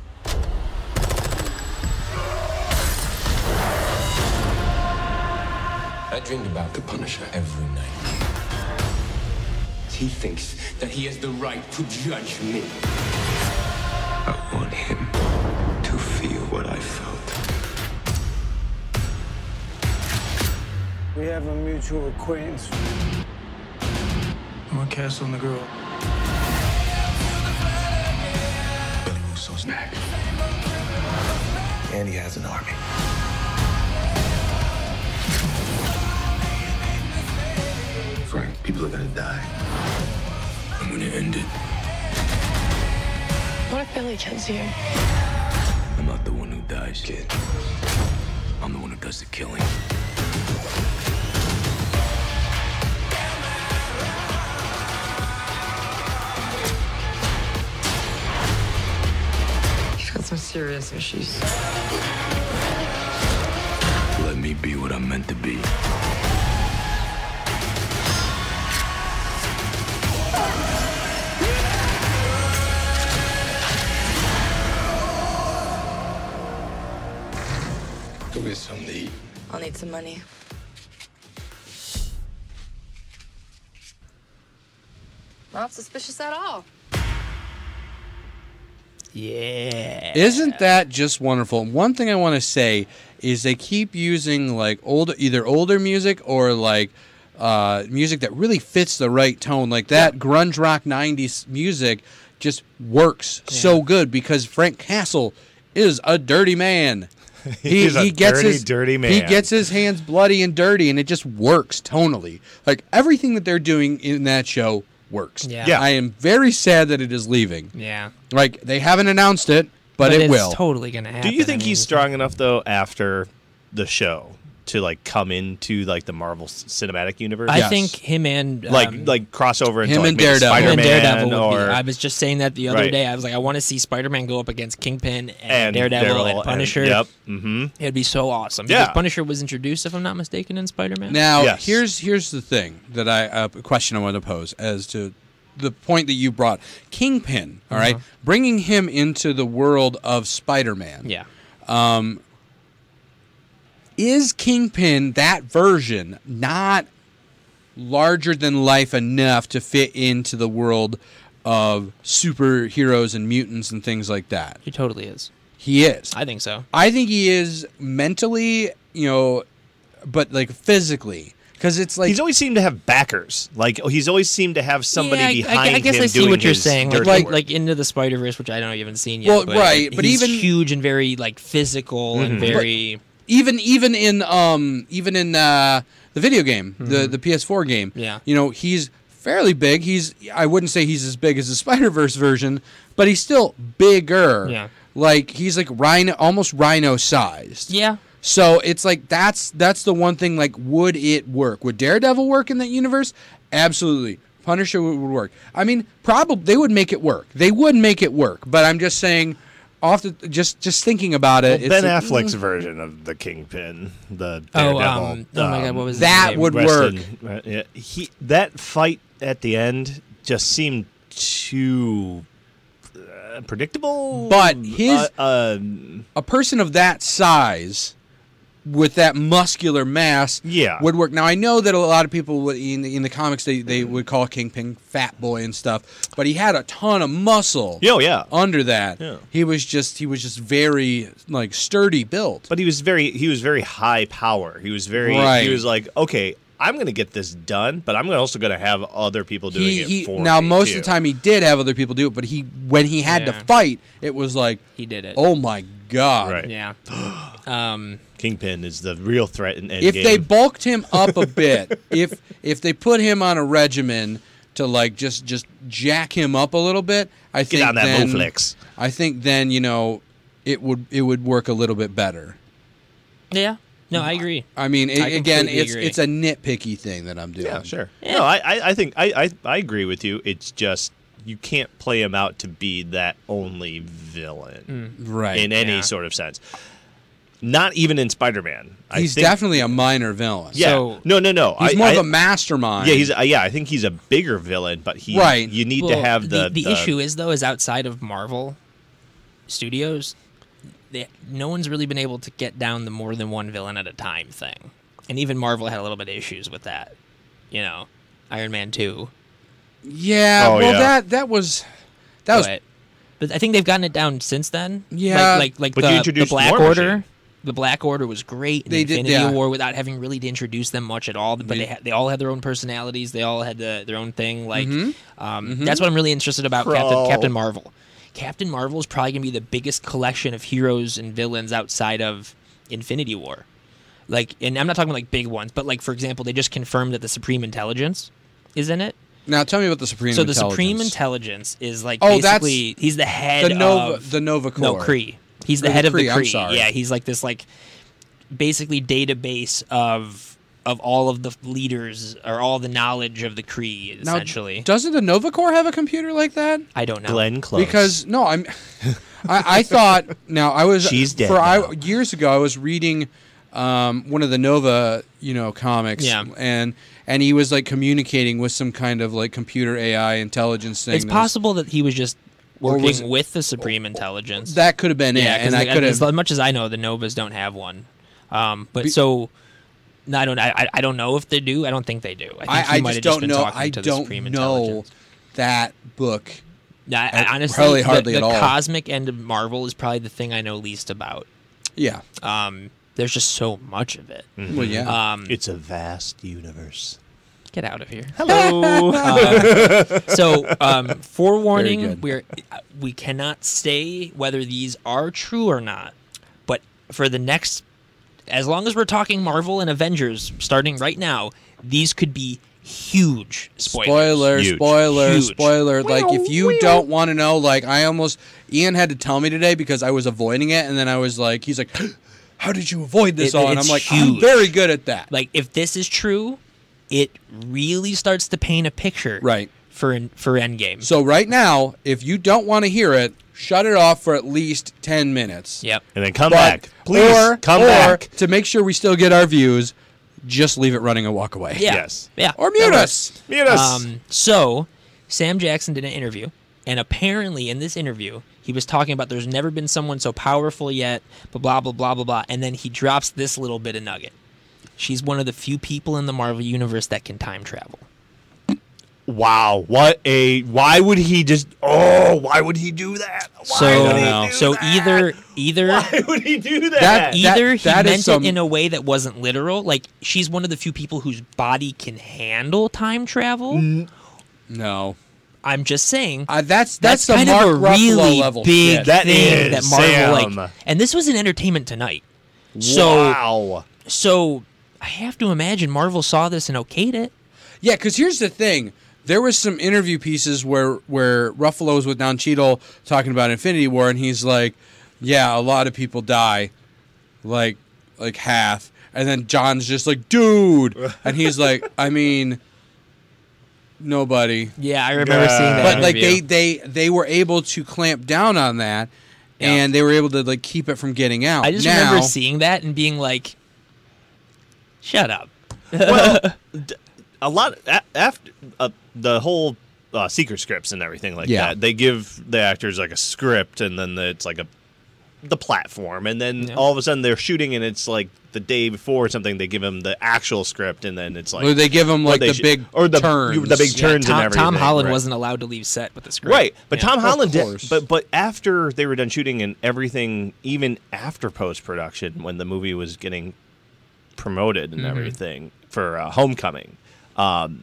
Speaker 5: I dreamed about the Punisher every night. He thinks that he has the right to judge me. I want him to feel what I felt.
Speaker 8: We have a mutual acquaintance. I'm gonna cast on the girl.
Speaker 5: But Russo's back. And he has an army. Frank, people are gonna die. I'm gonna end it.
Speaker 6: What if Billy kills you?
Speaker 5: I'm not the one who dies, kid. I'm the one who does the killing.
Speaker 9: He's got some serious issues.
Speaker 5: Let me be what I'm meant to be. Go get something to eat.
Speaker 6: I'll need some money.
Speaker 4: Not suspicious at all.
Speaker 2: Yeah.
Speaker 1: Isn't that just wonderful? One thing I want to say is they keep using like old, either older music or like uh, music that really fits the right tone. Like that grunge rock '90s music just works so good because Frank Castle is a dirty man. He,
Speaker 3: He's a dirty, dirty
Speaker 1: He
Speaker 3: man.
Speaker 1: gets his hands bloody and dirty, and it just works tonally. Like everything that they're doing in that show works.
Speaker 2: Yeah.
Speaker 3: Yeah.
Speaker 1: I am very sad that it is leaving.
Speaker 2: Yeah.
Speaker 1: Like they haven't announced it, but, it
Speaker 2: it's
Speaker 1: will.
Speaker 2: totally gonna happen.
Speaker 3: Do you think
Speaker 2: I
Speaker 3: he's
Speaker 2: mean,
Speaker 3: strong enough though after the show to like come into like the Marvel c- Cinematic Universe?
Speaker 2: I
Speaker 1: Yes.
Speaker 2: think him and um,
Speaker 3: Like like crossover into
Speaker 1: Him
Speaker 3: like,
Speaker 1: and
Speaker 3: maybe
Speaker 1: Daredevil.
Speaker 2: him
Speaker 3: Spider-Man
Speaker 2: and Daredevil. would
Speaker 3: or
Speaker 2: be, I was just saying that the other
Speaker 3: Right.
Speaker 2: day. I was like, I want to see Spider-Man go up against Kingpin and,
Speaker 3: and
Speaker 2: Daredevil,
Speaker 3: Daredevil
Speaker 2: and Punisher.
Speaker 3: yep. Mm-hmm.
Speaker 2: It'd be so awesome.
Speaker 3: Yeah.
Speaker 2: Because Punisher was introduced, if I'm not mistaken, in Spider-Man.
Speaker 1: Now,
Speaker 3: Yes.
Speaker 1: here's here's the thing that I uh, a question I want to pose as to the point that you brought, Kingpin. All
Speaker 2: Uh-huh.
Speaker 1: right, bringing him into the world of Spider-Man.
Speaker 2: yeah.
Speaker 1: is Kingpin that version not larger than life enough to fit into the world of superheroes and mutants and things like that?
Speaker 2: He totally is.
Speaker 1: He is.
Speaker 2: I think so.
Speaker 1: I think he is mentally, you know, but like physically, because it's like
Speaker 3: He's always seemed to have backers. Like oh, he's always seemed to have somebody
Speaker 2: Yeah, I-
Speaker 3: behind
Speaker 2: I, I guess
Speaker 3: him
Speaker 2: I see
Speaker 3: doing
Speaker 2: what you're
Speaker 3: his
Speaker 2: saying. Like,
Speaker 3: dirty
Speaker 2: like,
Speaker 3: work.
Speaker 2: like into the Spider Verse, which I don't even seen yet.
Speaker 1: Well, right, but
Speaker 2: he's
Speaker 1: even-
Speaker 2: huge and very like physical
Speaker 3: Mm-hmm.
Speaker 2: and very
Speaker 1: even even in um even in uh the video game the the PS4 game
Speaker 2: Yeah.
Speaker 1: you know he's fairly big he's I wouldn't say he's as big as the Spider Verse version but he's still bigger
Speaker 2: Yeah.
Speaker 1: like he's like rhino almost rhino sized
Speaker 2: yeah.
Speaker 1: so it's like that's that's the one thing like would it work would Daredevil work in that universe absolutely Punisher would, would work I mean probably they would make it work they would make it work but I'm just saying off the, just just thinking about it
Speaker 3: Ben
Speaker 1: like, mm,
Speaker 3: Affleck's version of the Kingpin, the
Speaker 2: Oh,
Speaker 3: Daredevil.
Speaker 2: um, oh my God,
Speaker 3: um,
Speaker 2: what was his
Speaker 1: that
Speaker 2: name?
Speaker 1: would
Speaker 3: Weston,
Speaker 1: work
Speaker 3: uh, yeah, he that fight at the end just seemed too uh, predictable.
Speaker 1: But his-
Speaker 3: uh, uh,
Speaker 1: a person of that size with that muscular mass
Speaker 3: Yeah.
Speaker 1: would work. Now I know that a lot of people would, in in the comics they, they would call Kingpin Fat Boy and stuff, but he had a ton of muscle.
Speaker 3: Yeah, oh, yeah.
Speaker 1: Under that,
Speaker 3: Yeah.
Speaker 1: he was just he was just very like sturdy built.
Speaker 3: but he was very he was very high power. He was very
Speaker 1: Right.
Speaker 3: he was like okay. I'm gonna get this done, but I'm also gonna have other people doing
Speaker 1: he,
Speaker 3: it
Speaker 1: he
Speaker 3: for
Speaker 1: now
Speaker 3: me,
Speaker 1: most
Speaker 3: too.
Speaker 1: of the time he did have other people do it, but he when he had
Speaker 2: Yeah.
Speaker 1: to fight, it was like
Speaker 2: He did it.
Speaker 1: Oh my god!
Speaker 3: Right.
Speaker 2: Yeah. Um.
Speaker 3: Kingpin is the real threat in Endgame.
Speaker 1: if they bulked him up a bit, if if they put him on a regimen to like just just jack him up a little bit, I think
Speaker 3: on that
Speaker 1: then,
Speaker 3: Moflex.
Speaker 1: I think then you know it would it would work a little bit better.
Speaker 2: Yeah. No, I agree.
Speaker 1: I mean, it,
Speaker 2: I
Speaker 1: again,
Speaker 2: completely
Speaker 1: it's
Speaker 2: agree.
Speaker 1: it's a nitpicky thing that I'm doing.
Speaker 3: Yeah, sure. No, I, I, I think I, I, I agree with you. It's just you can't play him out to be that only villain
Speaker 1: right.
Speaker 3: in any
Speaker 2: yeah.
Speaker 3: sort of sense. Not even in Spider-Man. I
Speaker 1: he's
Speaker 3: think,
Speaker 1: definitely a minor villain.
Speaker 3: yeah.
Speaker 2: so-
Speaker 3: no, no, no.
Speaker 1: he's
Speaker 3: I-
Speaker 1: more
Speaker 3: I,
Speaker 1: of a mastermind.
Speaker 3: Yeah, he's uh, yeah. I think he's a bigger villain, but he
Speaker 1: Right.
Speaker 3: You need
Speaker 2: Well,
Speaker 3: to have the
Speaker 2: the, issue is though is outside of Marvel Studios, they, no one's really been able to get down the more than one villain at a time thing, and even Marvel had a little bit of issues with that. You know, Iron Man two,
Speaker 1: Yeah,
Speaker 3: Oh,
Speaker 1: well,
Speaker 3: yeah.
Speaker 1: that that was that was
Speaker 2: but but I think they've gotten it down since then.
Speaker 1: Yeah.
Speaker 2: like like, like
Speaker 3: But
Speaker 2: the,
Speaker 3: you
Speaker 2: the
Speaker 3: introduced
Speaker 2: Black
Speaker 3: War
Speaker 2: Order.
Speaker 3: Machine.
Speaker 2: The Black Order was great in
Speaker 1: They did-
Speaker 2: Infinity
Speaker 1: yeah.
Speaker 2: War without having really to introduce them much at all. But they ha- they all had their own personalities. They all had the, their own thing. Like
Speaker 1: Mm-hmm.
Speaker 2: um, that's what I'm really interested about Captain,
Speaker 3: Crawl.
Speaker 2: Captain Marvel. Captain Marvel is probably gonna be the biggest collection of heroes and villains outside of Infinity War. Like, and I'm not talking like big ones, but like for example, they just confirmed that the Supreme Intelligence is in it.
Speaker 1: now. Tell me about the Supreme.
Speaker 2: So the Supreme
Speaker 1: Intelligence.
Speaker 2: Intelligence is like
Speaker 1: Oh, that's-
Speaker 2: basically he's the head
Speaker 1: the Nova
Speaker 2: of
Speaker 1: the Nova Corps.
Speaker 2: no Cree. He's the
Speaker 1: Or the
Speaker 2: head of the
Speaker 1: Kree, I'm
Speaker 2: Cree.
Speaker 1: sorry.
Speaker 2: Yeah, he's like this like basically database of of all of the leaders or all the knowledge of the Cree
Speaker 1: Now,
Speaker 2: essentially.
Speaker 1: doesn't the Nova Corps have a computer like that?
Speaker 2: I don't know.
Speaker 3: Glenn Close
Speaker 1: Because no, I'm. I, I thought now I was
Speaker 3: She's dead
Speaker 1: for
Speaker 3: now.
Speaker 1: I, years ago. I was reading um, one of the Nova, you know, comics.
Speaker 2: Yeah.
Speaker 1: and and he was like communicating with some kind of like computer AI intelligence thing.
Speaker 2: It's
Speaker 1: that was-
Speaker 2: possible that he was just
Speaker 1: Or
Speaker 2: working
Speaker 1: was it-
Speaker 2: with the Supreme Intelligence.
Speaker 1: that could have been
Speaker 2: yeah,
Speaker 1: it, and
Speaker 2: because
Speaker 1: I could
Speaker 2: as
Speaker 1: have.
Speaker 2: much as I know, the Novas don't have one. Um, but so. no, I don't. I, I- I don't know if they do. I don't think they do. I, think he
Speaker 1: I, I
Speaker 2: might
Speaker 1: just
Speaker 2: have just
Speaker 1: don't
Speaker 2: been
Speaker 1: know.
Speaker 2: talking
Speaker 1: I
Speaker 2: to the Supreme
Speaker 1: don't know
Speaker 2: Intelligence.
Speaker 1: that book.
Speaker 2: Yeah, I,
Speaker 1: At-
Speaker 2: I honestly,
Speaker 1: probably
Speaker 2: the-
Speaker 1: hardly
Speaker 2: the,
Speaker 1: at all.
Speaker 2: cosmic end of Marvel is probably the thing I know least about.
Speaker 1: Yeah.
Speaker 2: Um, there's just so much of it.
Speaker 1: Well, yeah.
Speaker 2: Um,
Speaker 3: It's a vast universe.
Speaker 2: get out of here.
Speaker 3: Hello.
Speaker 2: Um, So, um,
Speaker 1: Very
Speaker 2: forewarning:
Speaker 1: good.
Speaker 2: we're we cannot say whether these are true or not, but for the next, as long as we're talking Marvel and Avengers, starting right now, these could be huge spoilers.
Speaker 1: Spoiler,
Speaker 3: Huge.
Speaker 1: spoiler,
Speaker 2: Huge.
Speaker 1: spoiler. Like, if you don't want to know, like, I almost, Ian had to tell me today because I was avoiding it. And then I was like, he's like, how did you avoid this
Speaker 2: It-
Speaker 1: all? And I'm
Speaker 2: it's
Speaker 1: like, I'm
Speaker 2: huge.
Speaker 1: very good at that.
Speaker 2: Like, if this is true, it really starts to paint a picture,
Speaker 1: Right.
Speaker 2: For for Endgame.
Speaker 1: so, right now, if you don't want to hear it, shut it off for at least 10 minutes.
Speaker 2: yep.
Speaker 3: and then come
Speaker 1: But-
Speaker 3: back. Please
Speaker 1: or,
Speaker 3: come
Speaker 1: or,
Speaker 3: back.
Speaker 1: To make sure we still get our views, just leave it running and walk away.
Speaker 2: Yeah.
Speaker 3: Yes.
Speaker 2: Yeah.
Speaker 1: Or mute
Speaker 2: that
Speaker 1: us.
Speaker 3: Meet us.
Speaker 2: Um, so, Sam Jackson did an interview, and apparently in this interview, he was talking about there's never been someone so powerful yet, blah, blah, blah, blah, blah, blah. And then he drops this little bit of nugget. She's one of the few people in the Marvel Universe that can time travel.
Speaker 3: wow. What a. Why would he just. Oh, why would he do that? Why would he
Speaker 2: so, so
Speaker 3: do
Speaker 2: e
Speaker 3: that?
Speaker 2: either, either.
Speaker 3: Why would he do that?
Speaker 1: That- e-
Speaker 2: Either he
Speaker 1: that is
Speaker 2: meant
Speaker 1: some-
Speaker 2: it in a way that wasn't literal, like she's one of the few people whose body can handle time travel.
Speaker 1: No.
Speaker 2: I'm just saying.
Speaker 1: Uh, that's that's,
Speaker 2: that's,
Speaker 1: the
Speaker 2: kind
Speaker 1: Mark
Speaker 2: of a
Speaker 1: Ruffalo
Speaker 2: really
Speaker 1: level
Speaker 2: big
Speaker 1: shit.
Speaker 3: That
Speaker 2: thing
Speaker 3: is,
Speaker 2: that Marvel
Speaker 3: Sam.
Speaker 2: like, and this was in Entertainment Tonight. So
Speaker 3: wow.
Speaker 2: so I have to imagine Marvel saw this and okayed it.
Speaker 1: Yeah, because here's the thing: there was some interview pieces where where Ruffalo was with Don Cheadle talking about Infinity War, and he's like, "Yeah, a lot of people die, like like half." And then John's just like, "Dude," and he's like, "I mean, nobody."
Speaker 2: Yeah, I remember
Speaker 3: Yeah.
Speaker 2: seeing that.
Speaker 1: But like they
Speaker 2: interview.
Speaker 1: they they were able to clamp down on that,
Speaker 2: Yeah.
Speaker 1: and they were able to like keep it from getting out.
Speaker 2: I just
Speaker 1: Now-
Speaker 2: remember seeing that and being like, "Shut up."
Speaker 3: a lot a- after uh, the whole uh, secret scripts and everything like
Speaker 1: Yeah.
Speaker 3: that. They give the actors like a script, and then it's like a the platform, and then
Speaker 2: Yeah.
Speaker 3: all of a sudden they're shooting, and it's like the day before or something. They give them the actual script, and then it's like
Speaker 1: Or they give him
Speaker 3: what
Speaker 1: like
Speaker 3: they
Speaker 1: the
Speaker 3: should-
Speaker 1: big
Speaker 3: or the
Speaker 1: turns.
Speaker 3: the big
Speaker 2: Yeah,
Speaker 3: turns
Speaker 2: Tom,
Speaker 3: and everything.
Speaker 2: Tom Holland
Speaker 3: right.
Speaker 2: wasn't allowed to leave set with the script.
Speaker 3: Right, but
Speaker 2: Yeah.
Speaker 3: Tom Holland did.
Speaker 1: course.
Speaker 3: But but after they were done shooting and everything, even after post production, when the movie was getting promoted
Speaker 2: Mm-hmm.
Speaker 3: and everything for uh, Homecoming, um,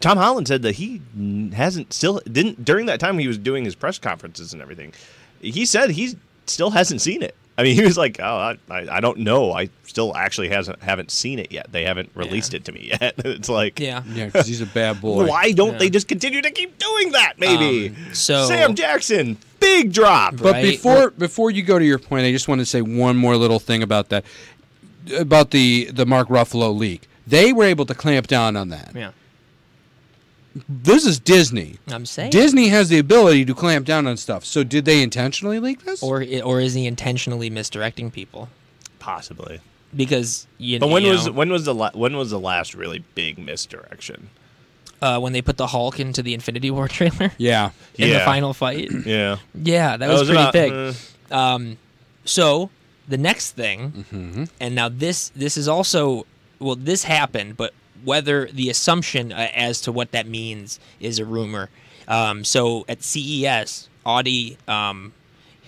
Speaker 3: Tom Holland said that he n- hasn't still didn't during that time he was doing his press conferences and everything. He said he still hasn't seen it. I mean, he was like, "Oh, I, I I don't know. I still actually hasn't haven't seen it yet. They haven't released it to me yet." it's like,
Speaker 2: Yeah.
Speaker 1: Yeah, because he's a bad boy.
Speaker 3: why don't
Speaker 2: Yeah.
Speaker 3: they just continue to keep doing that? Maybe.
Speaker 2: Um, so-
Speaker 3: Sam Jackson, big drop.
Speaker 1: But
Speaker 2: Right.
Speaker 1: before before you go to your point, I just want to say one more little thing about that, about the the Mark Ruffalo leak. They were able to clamp down on that.
Speaker 2: Yeah.
Speaker 1: This is Disney.
Speaker 2: I'm saying.
Speaker 1: Disney has the ability to clamp down on stuff. So did they intentionally leak this?
Speaker 2: or or is he intentionally misdirecting people?
Speaker 3: Possibly.
Speaker 2: Because you,
Speaker 3: But when
Speaker 2: you
Speaker 3: was
Speaker 2: know,
Speaker 3: when was the la- when was the last really big misdirection?
Speaker 2: uh, when they put the Hulk into the Infinity War trailer
Speaker 1: yeah.
Speaker 2: in the
Speaker 3: Yeah.
Speaker 2: final fight?
Speaker 3: Yeah,
Speaker 2: yeah, that was,
Speaker 3: was
Speaker 2: pretty
Speaker 3: about-
Speaker 2: big.
Speaker 3: uh,
Speaker 2: Um, so the next thing,
Speaker 3: Mm-hmm.
Speaker 2: and now this this is also well, this happened, but whether the assumption uh, as to what that means is a rumor. Um, so at CES, Audi, um,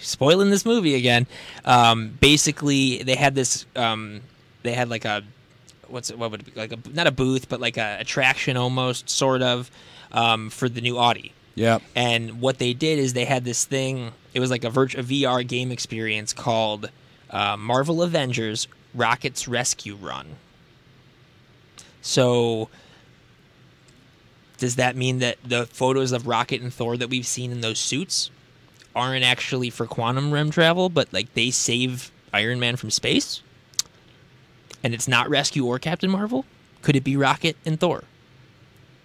Speaker 2: spoiling this movie again. Um, basically, they had this. Um, they had like a what's it, what would it be like a not a booth, but like a attraction almost sort of um, for the new Audi.
Speaker 1: Yeah.
Speaker 2: And what they did is they had this thing. It was like a, virtu- a VR game experience called uh, Marvel Avengers Rockets Rescue Run. So, does that mean that the photos of Rocket and Thor that we've seen in those suits aren't actually for quantum realm travel, but like they save Iron Man from space? And it's not Rescue or Captain Marvel? Could it be Rocket and Thor?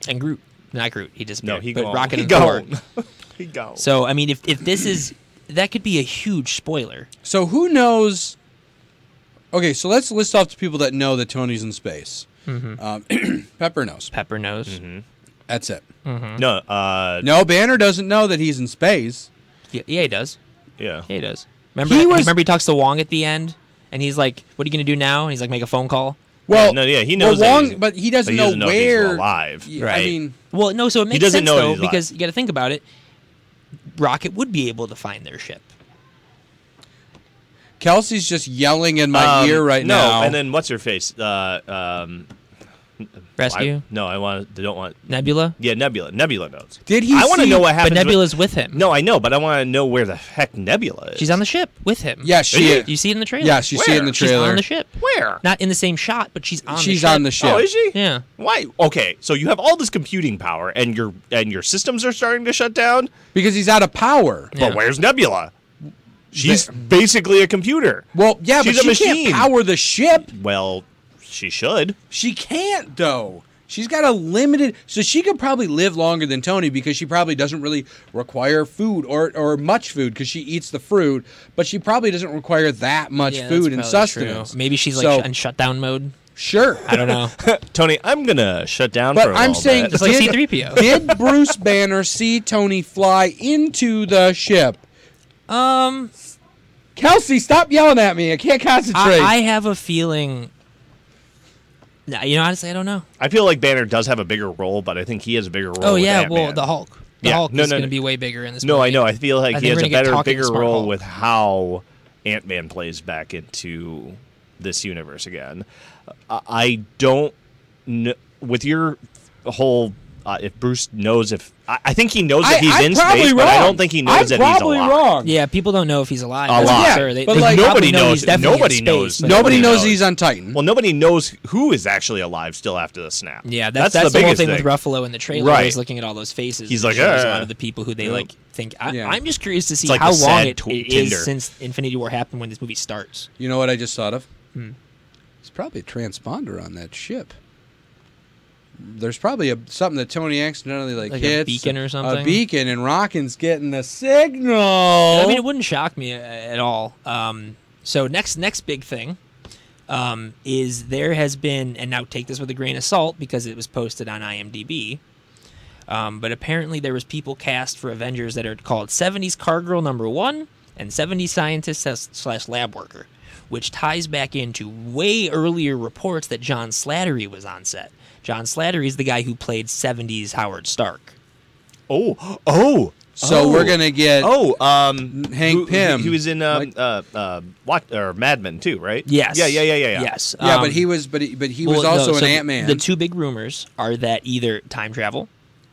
Speaker 2: And Groot. Not Groot. He just
Speaker 3: no, he
Speaker 2: but
Speaker 3: gone.
Speaker 2: Rocket
Speaker 3: he
Speaker 2: and Thor.
Speaker 3: gone. he gone.
Speaker 2: So I mean, if if this is that could be a huge spoiler.
Speaker 1: So who knows? Okay, so let's list off the people that know that Tony's in space. Um, Pepper knows.
Speaker 2: Pepper knows
Speaker 1: That's it.
Speaker 3: no, uh,
Speaker 1: No, Banner doesn't know that he's in space.
Speaker 2: Yeah, yeah, he does.
Speaker 3: yeah,
Speaker 2: Yeah, he does. Remember,
Speaker 1: He
Speaker 2: he
Speaker 1: was-
Speaker 2: remember he talks to Wong at the end, and he's like, "What are you gonna do now?" And he's like, "Make a phone call."
Speaker 1: Well,
Speaker 3: no, yeah, he
Speaker 1: well,
Speaker 3: knows that
Speaker 1: Wong-
Speaker 3: he's-
Speaker 1: but he doesn't,
Speaker 3: but he doesn't know if he's
Speaker 1: where
Speaker 3: alive.
Speaker 1: Y- I
Speaker 2: Right.
Speaker 1: mean,
Speaker 2: Well, no, so it makes
Speaker 3: doesn't
Speaker 2: sense
Speaker 3: know that
Speaker 2: though
Speaker 3: he's alive.
Speaker 2: because you got to think about it. Rocket would be able to find their ship.
Speaker 1: Kelsey's just yelling in my
Speaker 3: Um,
Speaker 1: ear right
Speaker 3: no,
Speaker 1: now.
Speaker 3: and then what's her face? Uh, um,
Speaker 2: Rescue
Speaker 3: I, no, I want. They don't want.
Speaker 2: Nebula,
Speaker 3: Yeah, Nebula. Nebula knows.
Speaker 1: Did he
Speaker 3: I want to
Speaker 1: see-
Speaker 3: know what
Speaker 2: but
Speaker 3: happened.
Speaker 2: Nebula's with him.
Speaker 3: No, I know, but I want to know where the heck Nebula is.
Speaker 2: she's on the ship with him.
Speaker 1: Yeah, she is.
Speaker 2: You see it in the trailer.
Speaker 1: Yes, you see it in
Speaker 3: Where?
Speaker 1: the
Speaker 2: She's
Speaker 1: trailer.
Speaker 2: on the ship.
Speaker 3: Where?
Speaker 2: Not in the same shot, but she's on.
Speaker 1: She's
Speaker 2: the ship.
Speaker 1: on the ship.
Speaker 3: Oh, is she?
Speaker 2: Yeah.
Speaker 3: Why? Okay, so you have all this computing power, and your and your systems are starting to shut down.
Speaker 1: Because he's out of power.
Speaker 2: Yeah.
Speaker 3: But where's Nebula? She's basically a computer.
Speaker 1: Well, yeah,
Speaker 3: She's
Speaker 1: but she
Speaker 3: a machine.
Speaker 1: can't power the ship.
Speaker 3: Well, she should.
Speaker 1: She can't though. She's got a limited, so she could probably live longer than Tony because she probably doesn't really require food or or much food because she eats the fruit, but she probably doesn't require that much
Speaker 2: Yeah, that's
Speaker 1: food and
Speaker 2: probably true.
Speaker 1: sustenance.
Speaker 2: Maybe she's like
Speaker 1: So,
Speaker 2: sh- in shutdown mode.
Speaker 1: sure.
Speaker 2: I don't know.
Speaker 3: Tony, I'm gonna shut down.
Speaker 1: But
Speaker 3: for a
Speaker 1: I'm
Speaker 3: little
Speaker 1: saying,
Speaker 3: bit.
Speaker 2: Just like
Speaker 1: did-
Speaker 2: C-3PO.
Speaker 1: did Bruce Banner see Tony fly into the ship?
Speaker 2: um,
Speaker 1: Kelsey, stop yelling at me. I can't
Speaker 2: I,
Speaker 1: concentrate.
Speaker 2: I have a feeling. Nah, you know, honestly, I don't know.
Speaker 3: I feel like Banner does have a bigger role, but I think he has a bigger role.
Speaker 2: Oh
Speaker 3: with
Speaker 2: yeah, well
Speaker 3: Ant-Man.
Speaker 2: the Hulk. The
Speaker 3: Yeah.
Speaker 2: Hulk
Speaker 3: No,
Speaker 2: is
Speaker 3: no,
Speaker 2: going to
Speaker 3: no.
Speaker 2: be way bigger in this.
Speaker 3: No, I
Speaker 2: movie.
Speaker 3: know. I feel like
Speaker 2: I think
Speaker 3: he has
Speaker 2: we're
Speaker 3: a
Speaker 2: gonna get
Speaker 3: better,
Speaker 2: talking to
Speaker 3: bigger
Speaker 2: Smart
Speaker 3: role
Speaker 2: Hulk.
Speaker 3: with how Ant Man plays back into this universe again. I- I don't know with your whole. Uh, if Bruce knows if I, I think he knows that he's
Speaker 1: I'm
Speaker 3: in
Speaker 1: probably
Speaker 3: space,
Speaker 1: wrong.
Speaker 3: but I don't think he knows
Speaker 1: I'm
Speaker 3: that he's
Speaker 1: probably
Speaker 3: alive.
Speaker 1: wrong.
Speaker 2: Yeah, people don't know if he's alive.
Speaker 3: A
Speaker 2: that's for
Speaker 3: lot.
Speaker 2: sure. They,
Speaker 1: But,
Speaker 2: they
Speaker 1: like,
Speaker 2: probably
Speaker 3: nobody
Speaker 2: know
Speaker 3: knows-
Speaker 2: He's definitely in
Speaker 3: nobody
Speaker 2: space,
Speaker 3: knows.
Speaker 2: but-
Speaker 1: Nobody
Speaker 3: Nobody
Speaker 1: knows
Speaker 3: knows.
Speaker 1: he's on Titan.
Speaker 3: Well, nobody knows who is actually alive still after the snap.
Speaker 2: Yeah, that's, that's,
Speaker 3: that's,
Speaker 2: the, whole
Speaker 3: biggest
Speaker 2: thing, with Ruffalo in the trailer.
Speaker 3: Right.
Speaker 2: He's looking at all those faces.
Speaker 3: He's
Speaker 2: and
Speaker 3: like,
Speaker 2: it shows a
Speaker 3: "Ah."
Speaker 2: lot of the people who they
Speaker 3: Yeah.
Speaker 2: like think. I,
Speaker 1: Yeah.
Speaker 2: I'm just curious to see
Speaker 3: like
Speaker 2: how
Speaker 3: the
Speaker 2: long
Speaker 3: sad
Speaker 2: it,
Speaker 3: tw-
Speaker 2: it is
Speaker 3: Tinder.
Speaker 2: since Infinity War happened when this movie starts.
Speaker 1: You know what I just thought of? It's Hmm. probably a transponder on that ship. There's probably a something that Tony accidentally like,
Speaker 2: Like a
Speaker 1: hits
Speaker 2: beacon or
Speaker 1: A
Speaker 2: something?
Speaker 1: beacon, and Rockin's getting the signal. I
Speaker 2: I mean, it wouldn't shock me a- at all. Um, so next next big thing um, is there has been, and now take this with a grain of salt because it was posted on IMDb. Um, but apparently, there was people cast for Avengers that are called '70s Car Girl Number One and '70s Scientist s- slash Lab Worker, which ties back into way earlier reports that John Slattery was on set. John Slattery is the guy who played '70s Howard Stark.
Speaker 3: Oh, oh.
Speaker 1: so
Speaker 3: oh.
Speaker 1: we're gonna get.
Speaker 3: Oh, um,
Speaker 1: Hank
Speaker 3: who- who-
Speaker 1: Pym.
Speaker 3: He was in um,
Speaker 1: Like-
Speaker 3: uh, uh, what or Mad Men too, right?
Speaker 2: Yes.
Speaker 3: Yeah, yeah, yeah, yeah. yeah.
Speaker 2: Yes.
Speaker 1: yeah, but
Speaker 2: Um,
Speaker 1: he was, but he, but he was
Speaker 2: Well, no,
Speaker 1: also
Speaker 2: so
Speaker 1: an
Speaker 2: the-
Speaker 1: Ant Man.
Speaker 2: The two big rumors are that either time travel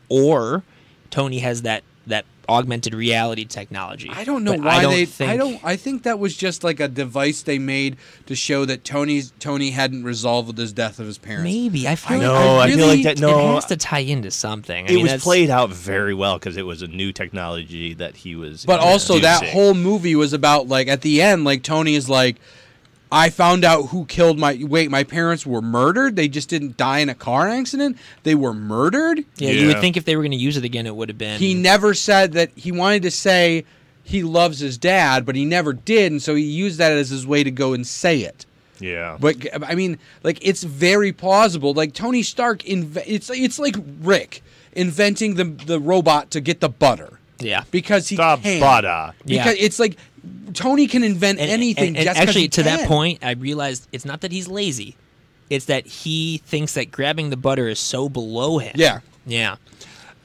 Speaker 2: or Tony has that that augmented reality technology.
Speaker 1: I don't know
Speaker 2: But
Speaker 1: why
Speaker 2: I don't
Speaker 1: they.
Speaker 2: Think,
Speaker 1: I don't. I think that was just like a device they made to show that Tony's Tony hadn't resolved his death of his parents.
Speaker 2: Maybe I feel.
Speaker 1: know,
Speaker 2: Like,
Speaker 1: I feel like
Speaker 3: that-
Speaker 2: It
Speaker 3: no,
Speaker 2: has to tie into something. I
Speaker 3: it
Speaker 2: mean,
Speaker 3: was
Speaker 2: that's-
Speaker 3: played out very well because it was a new technology that he was.
Speaker 1: But also that
Speaker 3: introducing.
Speaker 1: whole movie was about like at the end, like Tony is like, I found out who killed my wait, my parents were murdered. They just didn't die in a car accident. They were murdered.
Speaker 2: Yeah, you would
Speaker 3: Yeah.
Speaker 2: think if they were going to use it again, it would have been.
Speaker 1: He never said that he wanted to say he loves his dad, but he never did, and so he used that as his way to go and say it.
Speaker 3: Yeah.
Speaker 1: But I mean, like it's very plausible. Like Tony Stark, inve- it's it's like Rick inventing the the robot to get the butter.
Speaker 2: Yeah.
Speaker 1: because he
Speaker 3: The
Speaker 1: can.
Speaker 3: butter.
Speaker 2: Yeah.
Speaker 1: Because it's like Tony can invent
Speaker 2: and-
Speaker 1: anything.
Speaker 2: and- and
Speaker 1: just 'cause
Speaker 2: actually,
Speaker 1: he
Speaker 2: to that
Speaker 1: can.
Speaker 2: point, I realized it's not that he's lazy; it's that he thinks that grabbing the butter is so below him.
Speaker 1: Yeah.
Speaker 2: Yeah.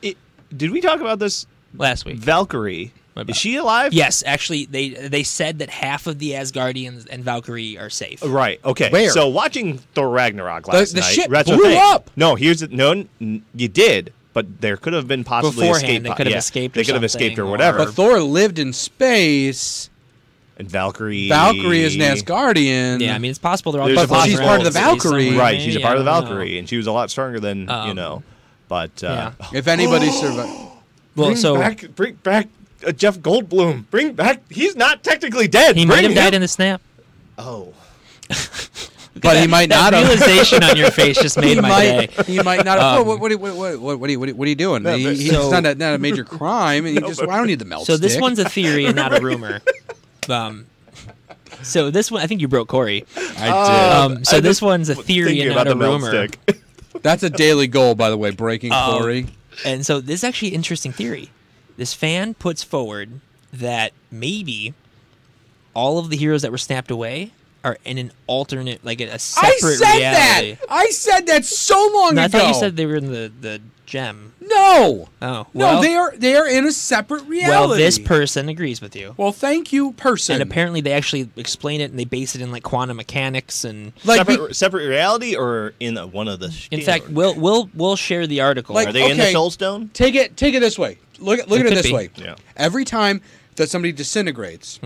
Speaker 3: It- did we talk about this?
Speaker 2: Last week.
Speaker 3: Valkyrie.
Speaker 2: What about-
Speaker 3: Is she alive?
Speaker 2: Yes, actually, they they said that half of the Asgardians and Valkyrie are safe.
Speaker 3: Right. Okay.
Speaker 1: Where?
Speaker 3: So watching Thor Ragnarok last
Speaker 1: the
Speaker 3: night,
Speaker 1: ship
Speaker 3: that's the
Speaker 1: blew
Speaker 3: thing.
Speaker 1: up.
Speaker 3: No, here's the, no. n- n- You did, but there could have been possibly
Speaker 2: Beforehand,
Speaker 3: escape.
Speaker 2: they
Speaker 3: po-
Speaker 2: could have
Speaker 3: yeah,
Speaker 2: escaped
Speaker 3: They
Speaker 2: or
Speaker 3: could have escaped or
Speaker 2: something,
Speaker 3: whatever.
Speaker 1: But Thor lived in space.
Speaker 3: and Valkyrie.
Speaker 1: Valkyrie is an Asgardian.
Speaker 2: Yeah, I mean it's possible they're all.
Speaker 3: There's
Speaker 2: just
Speaker 3: a But she's
Speaker 2: walking
Speaker 3: part
Speaker 2: around
Speaker 3: of the
Speaker 2: in space
Speaker 1: Valkyrie.
Speaker 2: somewhere,
Speaker 3: Right. She's a
Speaker 2: maybe,
Speaker 3: part of
Speaker 2: I
Speaker 3: the
Speaker 2: don't know.
Speaker 3: Valkyrie, and she was a lot stronger than you
Speaker 2: Um,
Speaker 3: know. But uh,
Speaker 2: yeah.
Speaker 1: if anybody survived,
Speaker 2: Well, so
Speaker 3: bring back uh, Jeff Goldblum. Bring back. He's not technically dead.
Speaker 2: he might have died in the snap.
Speaker 3: Oh.
Speaker 1: but he might
Speaker 2: That
Speaker 1: not have.
Speaker 2: realization on your face just made
Speaker 1: He
Speaker 2: my
Speaker 1: might.
Speaker 2: day. Um,
Speaker 1: He might not have. what, what, what, what, what, what, are you- what, are you- what are you doing?
Speaker 3: No,
Speaker 1: He-
Speaker 3: but-
Speaker 1: he's
Speaker 2: so-
Speaker 1: not, a, not a major crime, and he just. I don't need the melt.
Speaker 2: So this
Speaker 1: stick.
Speaker 2: one's a theory and not a rumor. Um, so this one, I think you broke Corey.
Speaker 3: I
Speaker 2: Um, so this onene's a theory
Speaker 3: Thinking
Speaker 2: and
Speaker 3: about
Speaker 2: not
Speaker 3: the
Speaker 2: a
Speaker 3: melt
Speaker 2: rumor.
Speaker 3: stick.
Speaker 1: That's a daily goal, by the way. Breaking
Speaker 2: Um,
Speaker 1: Corey.
Speaker 2: And so this is actually an interesting theory. This fan puts forward that maybe all of the heroes that were snapped away are in an alternate, like a, a
Speaker 1: I
Speaker 2: separate
Speaker 1: said
Speaker 2: reality.
Speaker 1: that. I said that so long
Speaker 2: No, I
Speaker 1: ago.
Speaker 2: thought you said they were in the, the gem.
Speaker 1: no.
Speaker 2: Oh,
Speaker 1: no,
Speaker 2: well-
Speaker 1: they are they are in a separate reality.
Speaker 2: Well, this person agrees with you.
Speaker 1: Well, thank you, person.
Speaker 2: And apparently they actually explain it and they base it in like quantum mechanics and
Speaker 1: like we-
Speaker 3: separate, separate reality or in a, one of the.
Speaker 2: in fact, we'll we'll we'll share the article.
Speaker 1: Like-
Speaker 3: are they in the
Speaker 1: okay.
Speaker 3: Soul Stone?
Speaker 1: take it take it this way. Look look at
Speaker 2: It
Speaker 1: it
Speaker 2: could
Speaker 1: this
Speaker 2: be.
Speaker 1: way.
Speaker 3: Yeah.
Speaker 1: Every time that somebody disintegrates,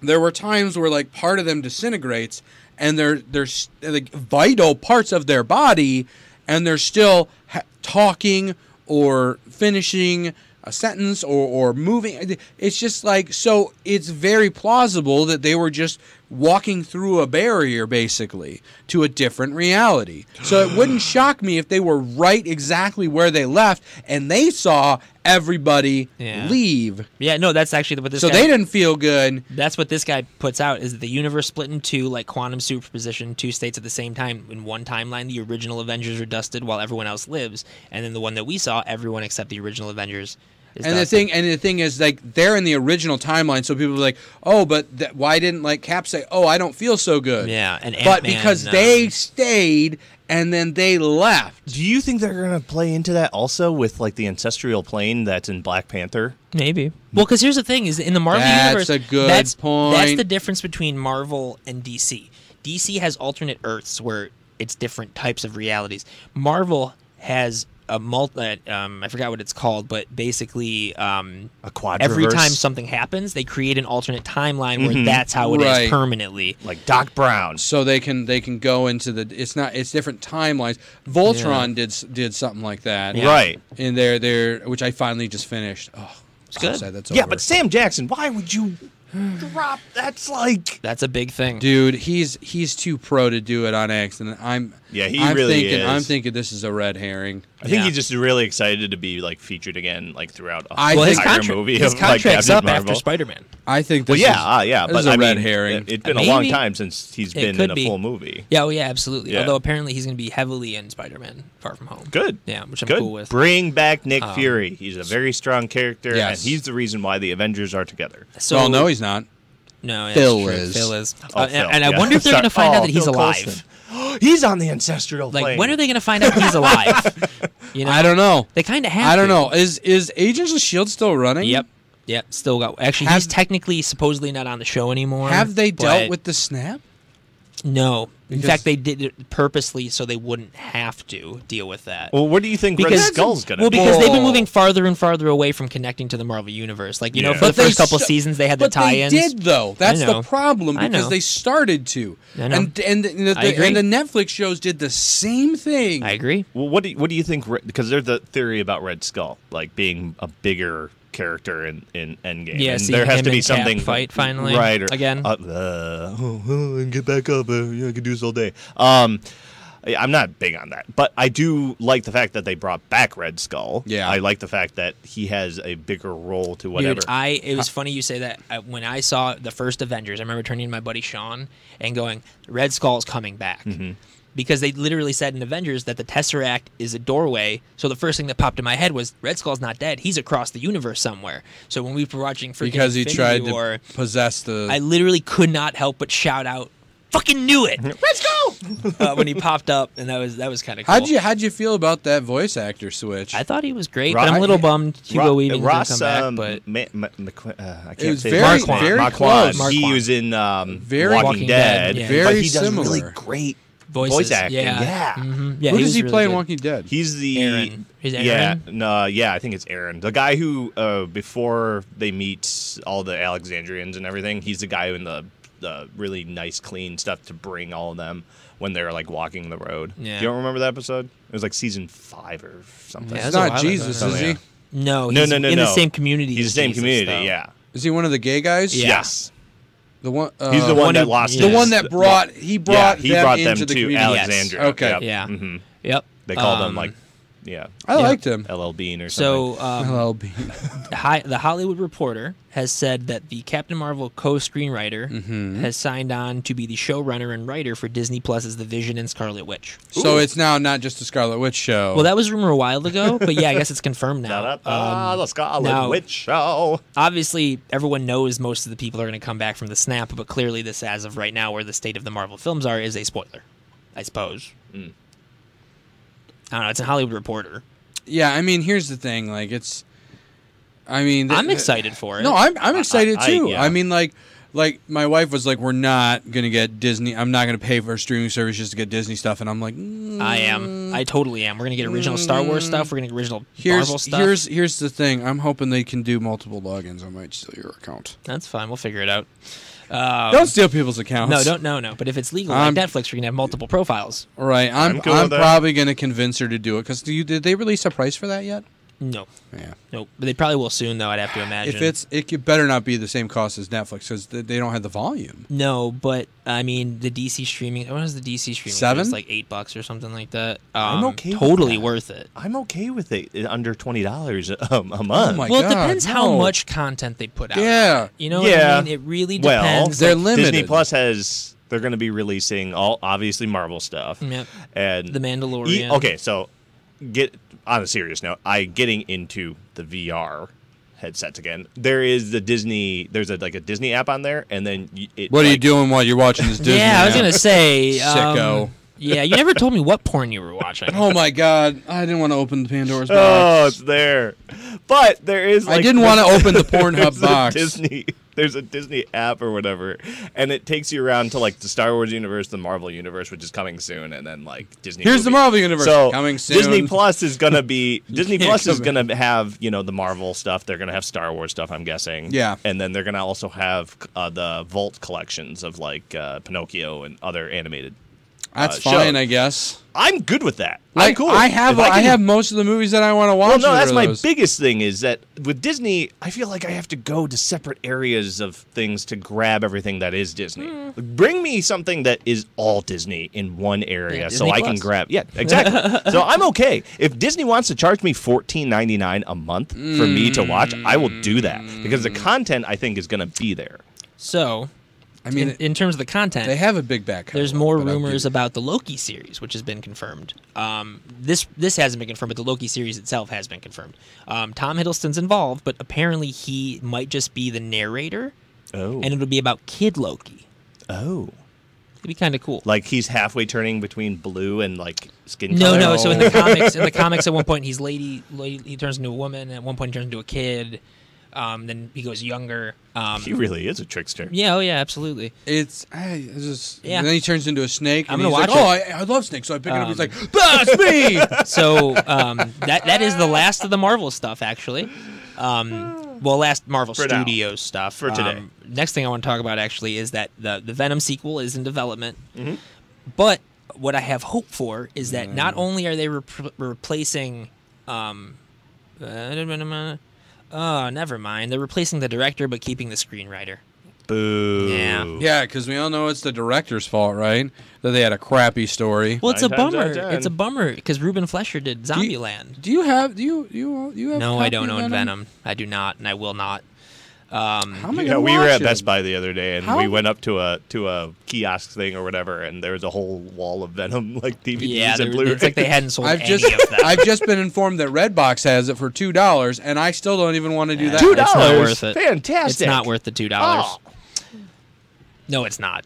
Speaker 1: there were times where like part of them disintegrates and they're they're s- like vital parts of their body, and they're still ha- talking or finishing a sentence or or moving. It's just like so. It's very plausible that they were just walking through a barrier basically to a different reality. So it wouldn't shock me if they were right exactly where they left and they saw everybody
Speaker 2: Yeah.
Speaker 1: leave.
Speaker 2: yeah, no, that's actually what this
Speaker 1: So
Speaker 2: guy
Speaker 1: they didn't feel good.
Speaker 2: That's what this guy puts out is the universe split in two, like quantum superposition, two states at the same time. In one timeline, the original Avengers are dusted while everyone else lives, and then the one that we saw, everyone except the original Avengers is
Speaker 1: And the
Speaker 2: dusted.
Speaker 1: thing, and the thing is, like they're in the original timeline, so people are like, "Oh, but th- why didn't like Cap say, oh, I don't feel so good?'"
Speaker 2: Yeah, and
Speaker 1: but
Speaker 2: Ant-Man,
Speaker 1: because
Speaker 3: uh,
Speaker 2: um,
Speaker 1: they stayed and then they left,
Speaker 3: Do you think they're going to play into that also with like the ancestral plane that's in Black Panther?
Speaker 2: Maybe. Well, because here's the thing: is in the Marvel
Speaker 1: That's
Speaker 2: universe,
Speaker 1: a good
Speaker 2: that's that's
Speaker 1: point.
Speaker 2: the difference between Marvel and DC. DC has alternate Earths where it's different types of realities. Marvel has a multi. Um, I forgot what it's called, but basically, um,
Speaker 3: A quadriverse?
Speaker 2: Every time something happens, they create an alternate timeline
Speaker 3: Mm-hmm.
Speaker 2: where that's how it is
Speaker 1: Right.
Speaker 2: permanently.
Speaker 3: Like Doc Brown.
Speaker 1: so they can they can go into the. It's not. It's different timelines. Voltron did s- did something like that,
Speaker 2: Yeah.
Speaker 3: Right.
Speaker 1: And they're they're which I finally just finished. Oh, it's
Speaker 2: good.
Speaker 1: that's
Speaker 3: Yeah,
Speaker 1: over.
Speaker 3: but Sam Jackson, why would you drop? That's like.
Speaker 2: That's a big thing.
Speaker 1: dude, he's he's too pro to do it on accident. I'm
Speaker 3: Yeah, he
Speaker 1: I'm
Speaker 3: really
Speaker 1: thinking, I'm
Speaker 3: is.
Speaker 1: thinking this is a red herring.
Speaker 3: I think
Speaker 2: Yeah.
Speaker 3: he's just really excited to be like featured again, like throughout a
Speaker 1: I
Speaker 2: well,
Speaker 1: think-
Speaker 2: his,
Speaker 3: entire
Speaker 2: contra-
Speaker 3: movie.
Speaker 2: his
Speaker 3: of, like,
Speaker 2: contract's
Speaker 3: Captain
Speaker 2: up
Speaker 3: Marvel.
Speaker 2: after Spider-Man.
Speaker 1: I think
Speaker 3: Well,
Speaker 1: this
Speaker 3: yeah,
Speaker 1: is,
Speaker 3: ah, yeah,
Speaker 1: this
Speaker 3: but
Speaker 1: is a
Speaker 3: I
Speaker 1: red
Speaker 3: mean,
Speaker 1: herring.
Speaker 3: It, has been
Speaker 2: Maybe-
Speaker 3: a long time since he's
Speaker 2: It
Speaker 3: been
Speaker 2: could
Speaker 3: in a
Speaker 2: be.
Speaker 3: full movie.
Speaker 2: Yeah, oh yeah, absolutely.
Speaker 3: Yeah.
Speaker 2: Although apparently he's going to be heavily in Spider-Man: Far From Home.
Speaker 3: Good.
Speaker 2: Yeah, which I'm
Speaker 3: Good.
Speaker 2: cool with. Um,
Speaker 3: Bring back Nick Fury. He's a very strong character,
Speaker 1: Yes.
Speaker 3: and he's the reason why the Avengers are together.
Speaker 2: So
Speaker 1: well, no, he's not.
Speaker 2: No, yeah,
Speaker 1: Phil
Speaker 2: that's true.
Speaker 1: is.
Speaker 2: Phil is.
Speaker 3: Oh,
Speaker 2: Uh, and,
Speaker 3: Phil,
Speaker 2: and I
Speaker 3: yeah.
Speaker 2: wonder if they're
Speaker 3: Sorry.
Speaker 2: going to find
Speaker 3: Oh,
Speaker 2: out that he's
Speaker 3: Phil
Speaker 2: alive.
Speaker 3: Coulson. he's on the ancestral
Speaker 2: Like,
Speaker 3: plane.
Speaker 2: when are they going to find out he's alive? You know,
Speaker 1: I don't know.
Speaker 2: They kind of have.
Speaker 1: I don't
Speaker 2: to.
Speaker 1: know. Is is Agents of Shield E still running?
Speaker 2: Yep. Yep. Still got. Actually, he's
Speaker 1: Have-
Speaker 2: technically supposedly not on the show anymore.
Speaker 1: Have they dealt
Speaker 2: but
Speaker 1: with the snap?
Speaker 2: No. In fact, they did it purposely so they wouldn't have to deal with that.
Speaker 3: Well, what do you think Red
Speaker 2: Because-
Speaker 3: Skull's gonna
Speaker 2: well,
Speaker 3: be?
Speaker 2: because they've been
Speaker 1: Whoa.
Speaker 2: moving farther and farther away from connecting to the Marvel universe. Like you know,
Speaker 3: Yeah.
Speaker 2: for
Speaker 3: But
Speaker 2: the first
Speaker 1: they
Speaker 2: couple
Speaker 1: sta-
Speaker 2: seasons they had the
Speaker 1: but
Speaker 2: tie-ins.
Speaker 1: They did though. That's the
Speaker 2: know.
Speaker 1: problem
Speaker 2: I
Speaker 1: because
Speaker 2: know.
Speaker 1: they started to.
Speaker 2: I know.
Speaker 1: And and the, the,
Speaker 2: I agree.
Speaker 1: and the Netflix shows did the same thing.
Speaker 2: I agree.
Speaker 3: Well, what do you, what do you think? Because there's the theory about Red Skull like being a bigger character in, in Endgame.
Speaker 2: Yeah,
Speaker 3: and
Speaker 2: seeing
Speaker 3: there has
Speaker 2: him
Speaker 3: to be
Speaker 2: and Cap
Speaker 3: something
Speaker 2: fight finally,
Speaker 3: right? Or,
Speaker 2: again.
Speaker 3: uh, uh, oh, oh, get back up. Uh, yeah, I could do this all day. Um, I- I'm not big on that, but I do like the fact that they brought back Red Skull.
Speaker 1: Yeah.
Speaker 3: I like the fact that he has a bigger role to whatever.
Speaker 2: Dude, I it was funny you say that. I, when I saw the first Avengers, I remember turning to my buddy Sean and going, "Red Skull's coming back." Because they literally said in Avengers that the Tesseract is a doorway. So the first thing that popped in my head was Red Skull's not dead. He's across the universe somewhere. So when we were watching freaking
Speaker 1: because he
Speaker 2: Infinity
Speaker 1: tried to
Speaker 2: War,
Speaker 1: possess the.
Speaker 2: I literally could not help but shout out, "Fucking knew it!" Let's go! uh, when he popped up, and that was that was kind of cool.
Speaker 1: how'd you how'd you feel about that voice actor switch?
Speaker 2: I thought he was great,
Speaker 3: Ro-
Speaker 2: but I'm a little bummed Hugo
Speaker 3: Ro-
Speaker 2: Weaving
Speaker 3: Ross,
Speaker 2: didn't E come back.
Speaker 3: um,
Speaker 2: but
Speaker 3: Ma- Ma- McQu- uh, I can't
Speaker 1: was
Speaker 3: say
Speaker 1: very-
Speaker 3: his name.
Speaker 2: Marquand. very
Speaker 3: Marquand.
Speaker 1: close.
Speaker 3: He was in um,
Speaker 1: Very-
Speaker 3: Walking,
Speaker 2: Walking Dead,
Speaker 3: Dead.
Speaker 2: yeah.
Speaker 3: but
Speaker 1: Very
Speaker 3: he does really
Speaker 1: similar.
Speaker 3: great
Speaker 2: voices,
Speaker 3: voice acting.
Speaker 2: yeah,
Speaker 3: yeah.
Speaker 2: hmm yeah
Speaker 1: Who
Speaker 2: he
Speaker 1: does
Speaker 2: was
Speaker 1: he
Speaker 2: really
Speaker 1: play in
Speaker 2: good.
Speaker 1: Walking Dead?
Speaker 3: He's the
Speaker 2: Aaron. Is it
Speaker 3: yeah,
Speaker 2: Aaron?
Speaker 3: no, yeah. I think it's Aaron, the guy who uh, before they meet all the Alexandrians and everything. He's the guy in the the really nice, clean stuff to bring all of them when they're like walking the road.
Speaker 2: Yeah.
Speaker 3: Do you don't remember that episode? It was like season five or something.
Speaker 2: Yeah,
Speaker 1: He's
Speaker 2: that's a
Speaker 1: not
Speaker 2: while ago.
Speaker 1: Jesus,
Speaker 3: Oh,
Speaker 1: is
Speaker 3: yeah.
Speaker 1: he?
Speaker 2: No,
Speaker 3: No,
Speaker 2: he's
Speaker 3: no, no,
Speaker 2: in
Speaker 3: no.
Speaker 2: the same community.
Speaker 3: He's
Speaker 2: as
Speaker 3: the same
Speaker 2: Jesus,
Speaker 3: community.
Speaker 2: though.
Speaker 3: Yeah.
Speaker 1: Is he one of the gay guys?
Speaker 2: Yeah.
Speaker 3: Yes.
Speaker 1: The one. Uh,
Speaker 3: He's the one, that
Speaker 2: who-
Speaker 3: lost.
Speaker 2: yeah.
Speaker 1: The
Speaker 3: his-
Speaker 1: one that brought he
Speaker 3: yeah,
Speaker 1: brought
Speaker 3: he
Speaker 1: them
Speaker 3: brought
Speaker 1: into
Speaker 3: them
Speaker 1: the
Speaker 3: to
Speaker 1: community.
Speaker 2: Yes.
Speaker 3: Alexandria.
Speaker 1: Okay.
Speaker 3: Yep.
Speaker 2: Yeah.
Speaker 3: hmm
Speaker 2: Yep.
Speaker 3: They called him
Speaker 2: Um,
Speaker 3: like, yeah,
Speaker 1: I liked him.
Speaker 3: LL Bean or something.
Speaker 2: So um,
Speaker 1: Well, be-
Speaker 2: hi, the Hollywood Reporter has said that the Captain Marvel co-screenwriter
Speaker 3: Mm-hmm.
Speaker 2: has signed on to be the showrunner and writer for Disney Plus's The Vision and Scarlet
Speaker 3: Oh.
Speaker 2: Witch.
Speaker 1: so it's now not just a Scarlet Witch show.
Speaker 2: Well, that was rumor a while ago, but yeah, I guess it's confirmed now. Um,
Speaker 3: Da-da-da, the Scarlet
Speaker 2: uh, now-
Speaker 3: Witch Show.
Speaker 2: obviously everyone knows most of the people are going to come back from the snap, but clearly this, as of right now, where the state of the Marvel films are, is a spoiler, I suppose.
Speaker 1: Hmm.
Speaker 2: I don't know. It's a Hollywood Reporter.
Speaker 1: yeah. I mean, here's the thing. Like, it's. I mean, th-
Speaker 2: I'm excited for it.
Speaker 1: No, I'm I'm excited
Speaker 3: I-
Speaker 1: too. I,
Speaker 3: yeah.
Speaker 1: mean, like, like my wife was like, "We're not gonna get Disney. I'm not gonna pay for a streaming service just to get Disney stuff." And I'm like, mm,
Speaker 2: I am. I totally am. We're gonna get original Star Wars stuff. We're gonna get original
Speaker 1: "Here's
Speaker 2: Marvel stuff.
Speaker 1: here's here's the thing. I'm hoping they can do multiple logins. I might steal your account.
Speaker 2: That's fine. We'll figure it out.
Speaker 1: don't steal people's accounts.
Speaker 2: Um, No, don't. No, no. But if it's legal,
Speaker 1: I'm-
Speaker 2: like Netflix, you're gonna have multiple profiles.
Speaker 1: All right, I'm I'm,
Speaker 3: I'm cool with that.
Speaker 1: probably gonna convince her to do it because do you, did they release a price for that yet?
Speaker 2: No,
Speaker 1: Yeah.
Speaker 2: no. But they probably will soon, though. I'd have to imagine.
Speaker 1: If it's it could better not be the same cost as Netflix because they don't have the volume.
Speaker 2: No, but I mean the DC streaming. What was the DC streaming? It
Speaker 1: Seven?
Speaker 2: was like eight bucks or something like that. Um,
Speaker 3: okay with
Speaker 2: Totally
Speaker 3: that.
Speaker 2: worth it.
Speaker 1: Oh
Speaker 3: I'm okay with it uh, under twenty dollars um, a month.
Speaker 1: my
Speaker 2: well, it
Speaker 1: God,
Speaker 2: depends how
Speaker 1: no.
Speaker 2: much content they put out.
Speaker 1: Yeah.
Speaker 2: you know what
Speaker 3: Yeah.
Speaker 2: I mean. It really
Speaker 3: Well,
Speaker 2: depends.
Speaker 1: They're
Speaker 2: like,
Speaker 1: limited.
Speaker 3: Disney Plus has they're going to be releasing all obviously Marvel stuff.
Speaker 2: Yep.
Speaker 3: And
Speaker 2: The Mandalorian.
Speaker 3: E- okay, so get on a serious note. I getting into the VR headsets again. There is the Disney. There's a like a Disney app on there, and then y- it,
Speaker 1: What are you
Speaker 3: like-
Speaker 1: doing while you're watching this Disney?
Speaker 2: yeah, I was
Speaker 1: app?
Speaker 2: gonna say um,
Speaker 1: Sicko.
Speaker 2: Yeah, you never told me what porn you were watching.
Speaker 1: Oh my god, I didn't want to open the Pandora's box.
Speaker 3: Oh, it's there. But there is.
Speaker 1: I
Speaker 3: Oh, Like,
Speaker 1: didn't want to open the Pornhub
Speaker 3: there's
Speaker 1: box.
Speaker 3: A Disney, there's a Disney app or whatever, and it takes you around to like the Star Wars universe, the Marvel universe, which is coming soon, and then like Disney.
Speaker 1: Here's the
Speaker 3: movies.
Speaker 1: Marvel universe,
Speaker 3: So
Speaker 1: coming soon.
Speaker 3: Disney Plus is gonna be Disney
Speaker 1: can't
Speaker 3: Plus is
Speaker 1: come in.
Speaker 3: gonna have you know the Marvel stuff. They're gonna have Star Wars stuff. I'm guessing.
Speaker 1: Yeah.
Speaker 3: And then they're gonna also have uh, the Vault collections of like uh, Pinocchio and other animated.
Speaker 1: That's
Speaker 3: uh,
Speaker 1: fine,
Speaker 3: shows.
Speaker 1: I guess.
Speaker 3: I'm good with that. I'm
Speaker 1: Like,
Speaker 3: cool.
Speaker 1: I have
Speaker 3: If
Speaker 1: I
Speaker 3: can-
Speaker 1: have most of the movies that I want to
Speaker 3: well,
Speaker 1: watch.
Speaker 3: no,
Speaker 1: are
Speaker 3: that's my
Speaker 1: those.
Speaker 3: biggest thing is that with Disney, I feel like I have to go to separate areas of things to grab everything that is Disney.
Speaker 2: Hmm.
Speaker 3: Bring me something that is all Disney in one area
Speaker 2: Yeah,
Speaker 3: so
Speaker 2: Disney
Speaker 3: I can
Speaker 2: Plus.
Speaker 3: grab. Yeah, exactly. so I'm okay. If Disney wants to charge me $14.99 a month for me to watch, I will do that because
Speaker 2: Hmm.
Speaker 3: the content I think is going to be there.
Speaker 2: So,
Speaker 1: I mean,
Speaker 2: in, in terms of the content,
Speaker 1: they have a big back.
Speaker 2: There's
Speaker 1: catalog,
Speaker 2: more
Speaker 1: but I'll
Speaker 2: rumors
Speaker 1: give
Speaker 2: about the Loki series, which has been confirmed. Um, this this hasn't been confirmed, but the Loki series itself has been confirmed. Um, Tom Hiddleston's involved, but apparently he might just be the narrator,
Speaker 3: Oh.
Speaker 2: and it'll be about Kid Loki.
Speaker 3: oh.
Speaker 2: It'd be kind of cool.
Speaker 3: Like he's halfway turning between blue and like skin
Speaker 2: no,
Speaker 3: color.
Speaker 2: no. So in the comics, in the comics, at one point he's lady, lady. He turns into a woman. At one point, he turns into a kid. Um, then he goes younger. Um,
Speaker 3: He really is a trickster.
Speaker 2: yeah, oh yeah, absolutely.
Speaker 1: It's, I, it's just,
Speaker 2: Yeah.
Speaker 1: and then he turns into a snake.
Speaker 2: I'm
Speaker 1: and
Speaker 2: gonna
Speaker 1: he's
Speaker 2: watch
Speaker 1: like, Oh, I, I love snakes. So I pick it up. He's
Speaker 2: Um,
Speaker 1: like, that's me.
Speaker 2: So um, that that is the last of the Marvel stuff, actually. Um, well, last Marvel
Speaker 3: For now.
Speaker 2: Studios stuff
Speaker 3: For today.
Speaker 2: Um, next thing I want to talk about actually is that the the Venom sequel is in development,
Speaker 3: Mm-hmm.
Speaker 2: but what I have hope for is
Speaker 3: Mm.
Speaker 2: that not only are they repl replacing, um, uh, oh, never mind, they're replacing the director but keeping the screenwriter.
Speaker 3: Boo.
Speaker 2: Yeah.
Speaker 1: yeah, because we all know it's the director's fault, right? That they had a crappy story.
Speaker 2: Well, it's a
Speaker 3: Nine times out
Speaker 2: bummer.
Speaker 3: of ten.
Speaker 2: It's a bummer because Ruben Flesher did
Speaker 1: Do you-
Speaker 2: Zombieland.
Speaker 1: Do you have do you do you do you have? a
Speaker 2: No,
Speaker 1: copy
Speaker 2: I
Speaker 1: of
Speaker 2: don't own Venom. I do not, and I will not. Um,
Speaker 1: How am I
Speaker 3: Yeah,
Speaker 1: gonna
Speaker 3: we were
Speaker 1: watch
Speaker 3: at
Speaker 1: it?
Speaker 3: Best Buy the other day, and
Speaker 1: How-
Speaker 3: we went up to a to a kiosk thing or whatever, and there was a whole wall of Venom like DVDs
Speaker 2: yeah,
Speaker 3: and
Speaker 2: they're-
Speaker 3: Blu-ray.
Speaker 2: it's like they hadn't sold
Speaker 1: I've
Speaker 2: any
Speaker 1: just
Speaker 2: of them.
Speaker 1: I've just been informed that Redbox has it for two dollars, and I still don't even want to do
Speaker 2: Yeah,
Speaker 1: that.
Speaker 3: Two
Speaker 2: it's not
Speaker 3: dollars?
Speaker 2: worth it. It's
Speaker 3: Fantastic.
Speaker 2: not worth the two dollars.
Speaker 3: Oh.
Speaker 2: No, it's not.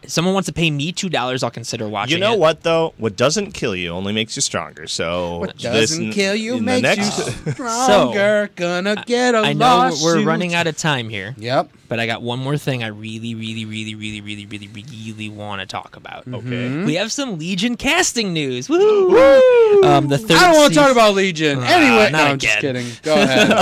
Speaker 2: If someone wants to pay me two dollars, I'll consider watching.
Speaker 3: You know
Speaker 2: it.
Speaker 3: what though? What doesn't kill you only makes you stronger. So
Speaker 1: What
Speaker 3: this
Speaker 1: doesn't
Speaker 3: n-
Speaker 1: kill you
Speaker 3: in the
Speaker 1: makes
Speaker 3: next-
Speaker 1: you stronger. gonna get a
Speaker 2: I know we're- we're
Speaker 1: lawsuit.
Speaker 2: running out of time here,
Speaker 1: Yep.
Speaker 2: but I got one more thing I really, really, really, really, really, really, really want to talk about.
Speaker 3: okay.
Speaker 2: We have some Legion casting news. Woo! Um, the third
Speaker 1: I don't want to
Speaker 2: season-
Speaker 1: talk about Legion.
Speaker 2: Ah,
Speaker 1: anyway, no,
Speaker 2: not
Speaker 1: I'm just
Speaker 2: again. Um,
Speaker 1: kidding. Go ahead. Go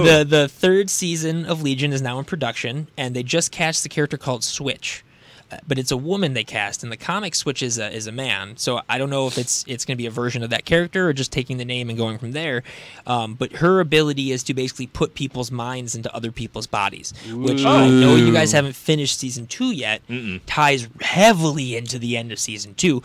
Speaker 1: ahead.
Speaker 2: the the third season of Legion is now in production, and they just cast the character called Switch, Uh, but it's a woman they cast. In the comic, Switch is a is a man, so I don't know if it's it's going to be a version of that character or just taking the name and going from there. Um, but her ability is to basically put people's minds into other people's bodies, which I know you guys haven't finished season two yet. Ties heavily into the end of season two.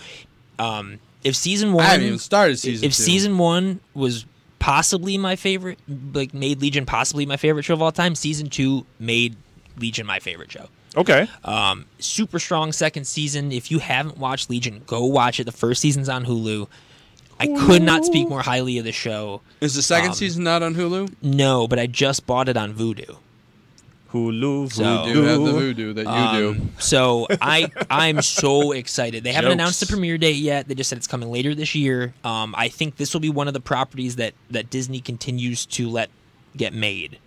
Speaker 2: Um, if season one,
Speaker 1: I haven't even started season.
Speaker 2: if
Speaker 1: two.
Speaker 2: season one was possibly my favorite, like made Legion possibly my favorite show of all time, season two made Legion my favorite show.
Speaker 3: Okay.
Speaker 2: Um, super strong second season. If you haven't watched Legion, go watch it. The first season's on Hulu. I could not speak more highly of the show.
Speaker 1: is the second
Speaker 2: um,
Speaker 1: season not on Hulu?
Speaker 2: No, but I just bought it on Vudu.
Speaker 3: Hulu.
Speaker 2: So-
Speaker 1: You do have the voodoo that you do.
Speaker 2: Um, so I I'm so excited. They haven't
Speaker 1: Jokes.
Speaker 2: announced the premiere date yet. They just said it's coming later this year. Um, I think this will be one of the properties that that Disney continues to let get made.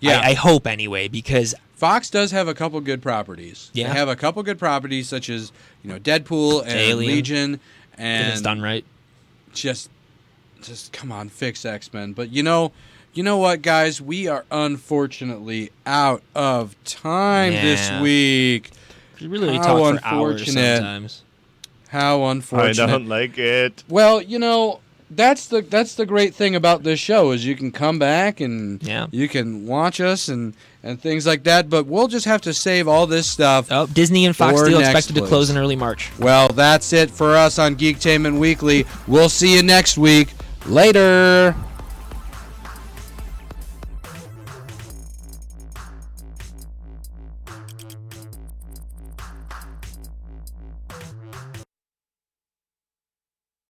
Speaker 1: Yeah.
Speaker 2: I, I hope anyway because
Speaker 1: Fox does have a couple good properties.
Speaker 2: Yeah.
Speaker 1: They have a couple good properties such as, you know, Deadpool and
Speaker 2: Alien.
Speaker 1: Legion
Speaker 2: if
Speaker 1: and
Speaker 2: it's done right.
Speaker 1: just just come on, fix X-Men. But you know, you know what guys, we are unfortunately out of time
Speaker 2: Yeah.
Speaker 1: this week.
Speaker 2: You really
Speaker 1: How
Speaker 2: talk for hours
Speaker 1: unfortunate.
Speaker 2: sometimes.
Speaker 1: How
Speaker 3: I
Speaker 1: unfortunate.
Speaker 3: don't like it.
Speaker 1: Well, you know, that's the that's the great thing about this show is you can come back and
Speaker 2: Yeah.
Speaker 1: you can watch us and and things like that, but we'll just have to save all this stuff
Speaker 2: Oh, Disney and Fox
Speaker 1: Or
Speaker 2: deal
Speaker 1: next,
Speaker 2: expected to
Speaker 1: please.
Speaker 2: close in early March.
Speaker 1: Well, that's it for us on Geektainment Weekly. We'll see you next week. Later.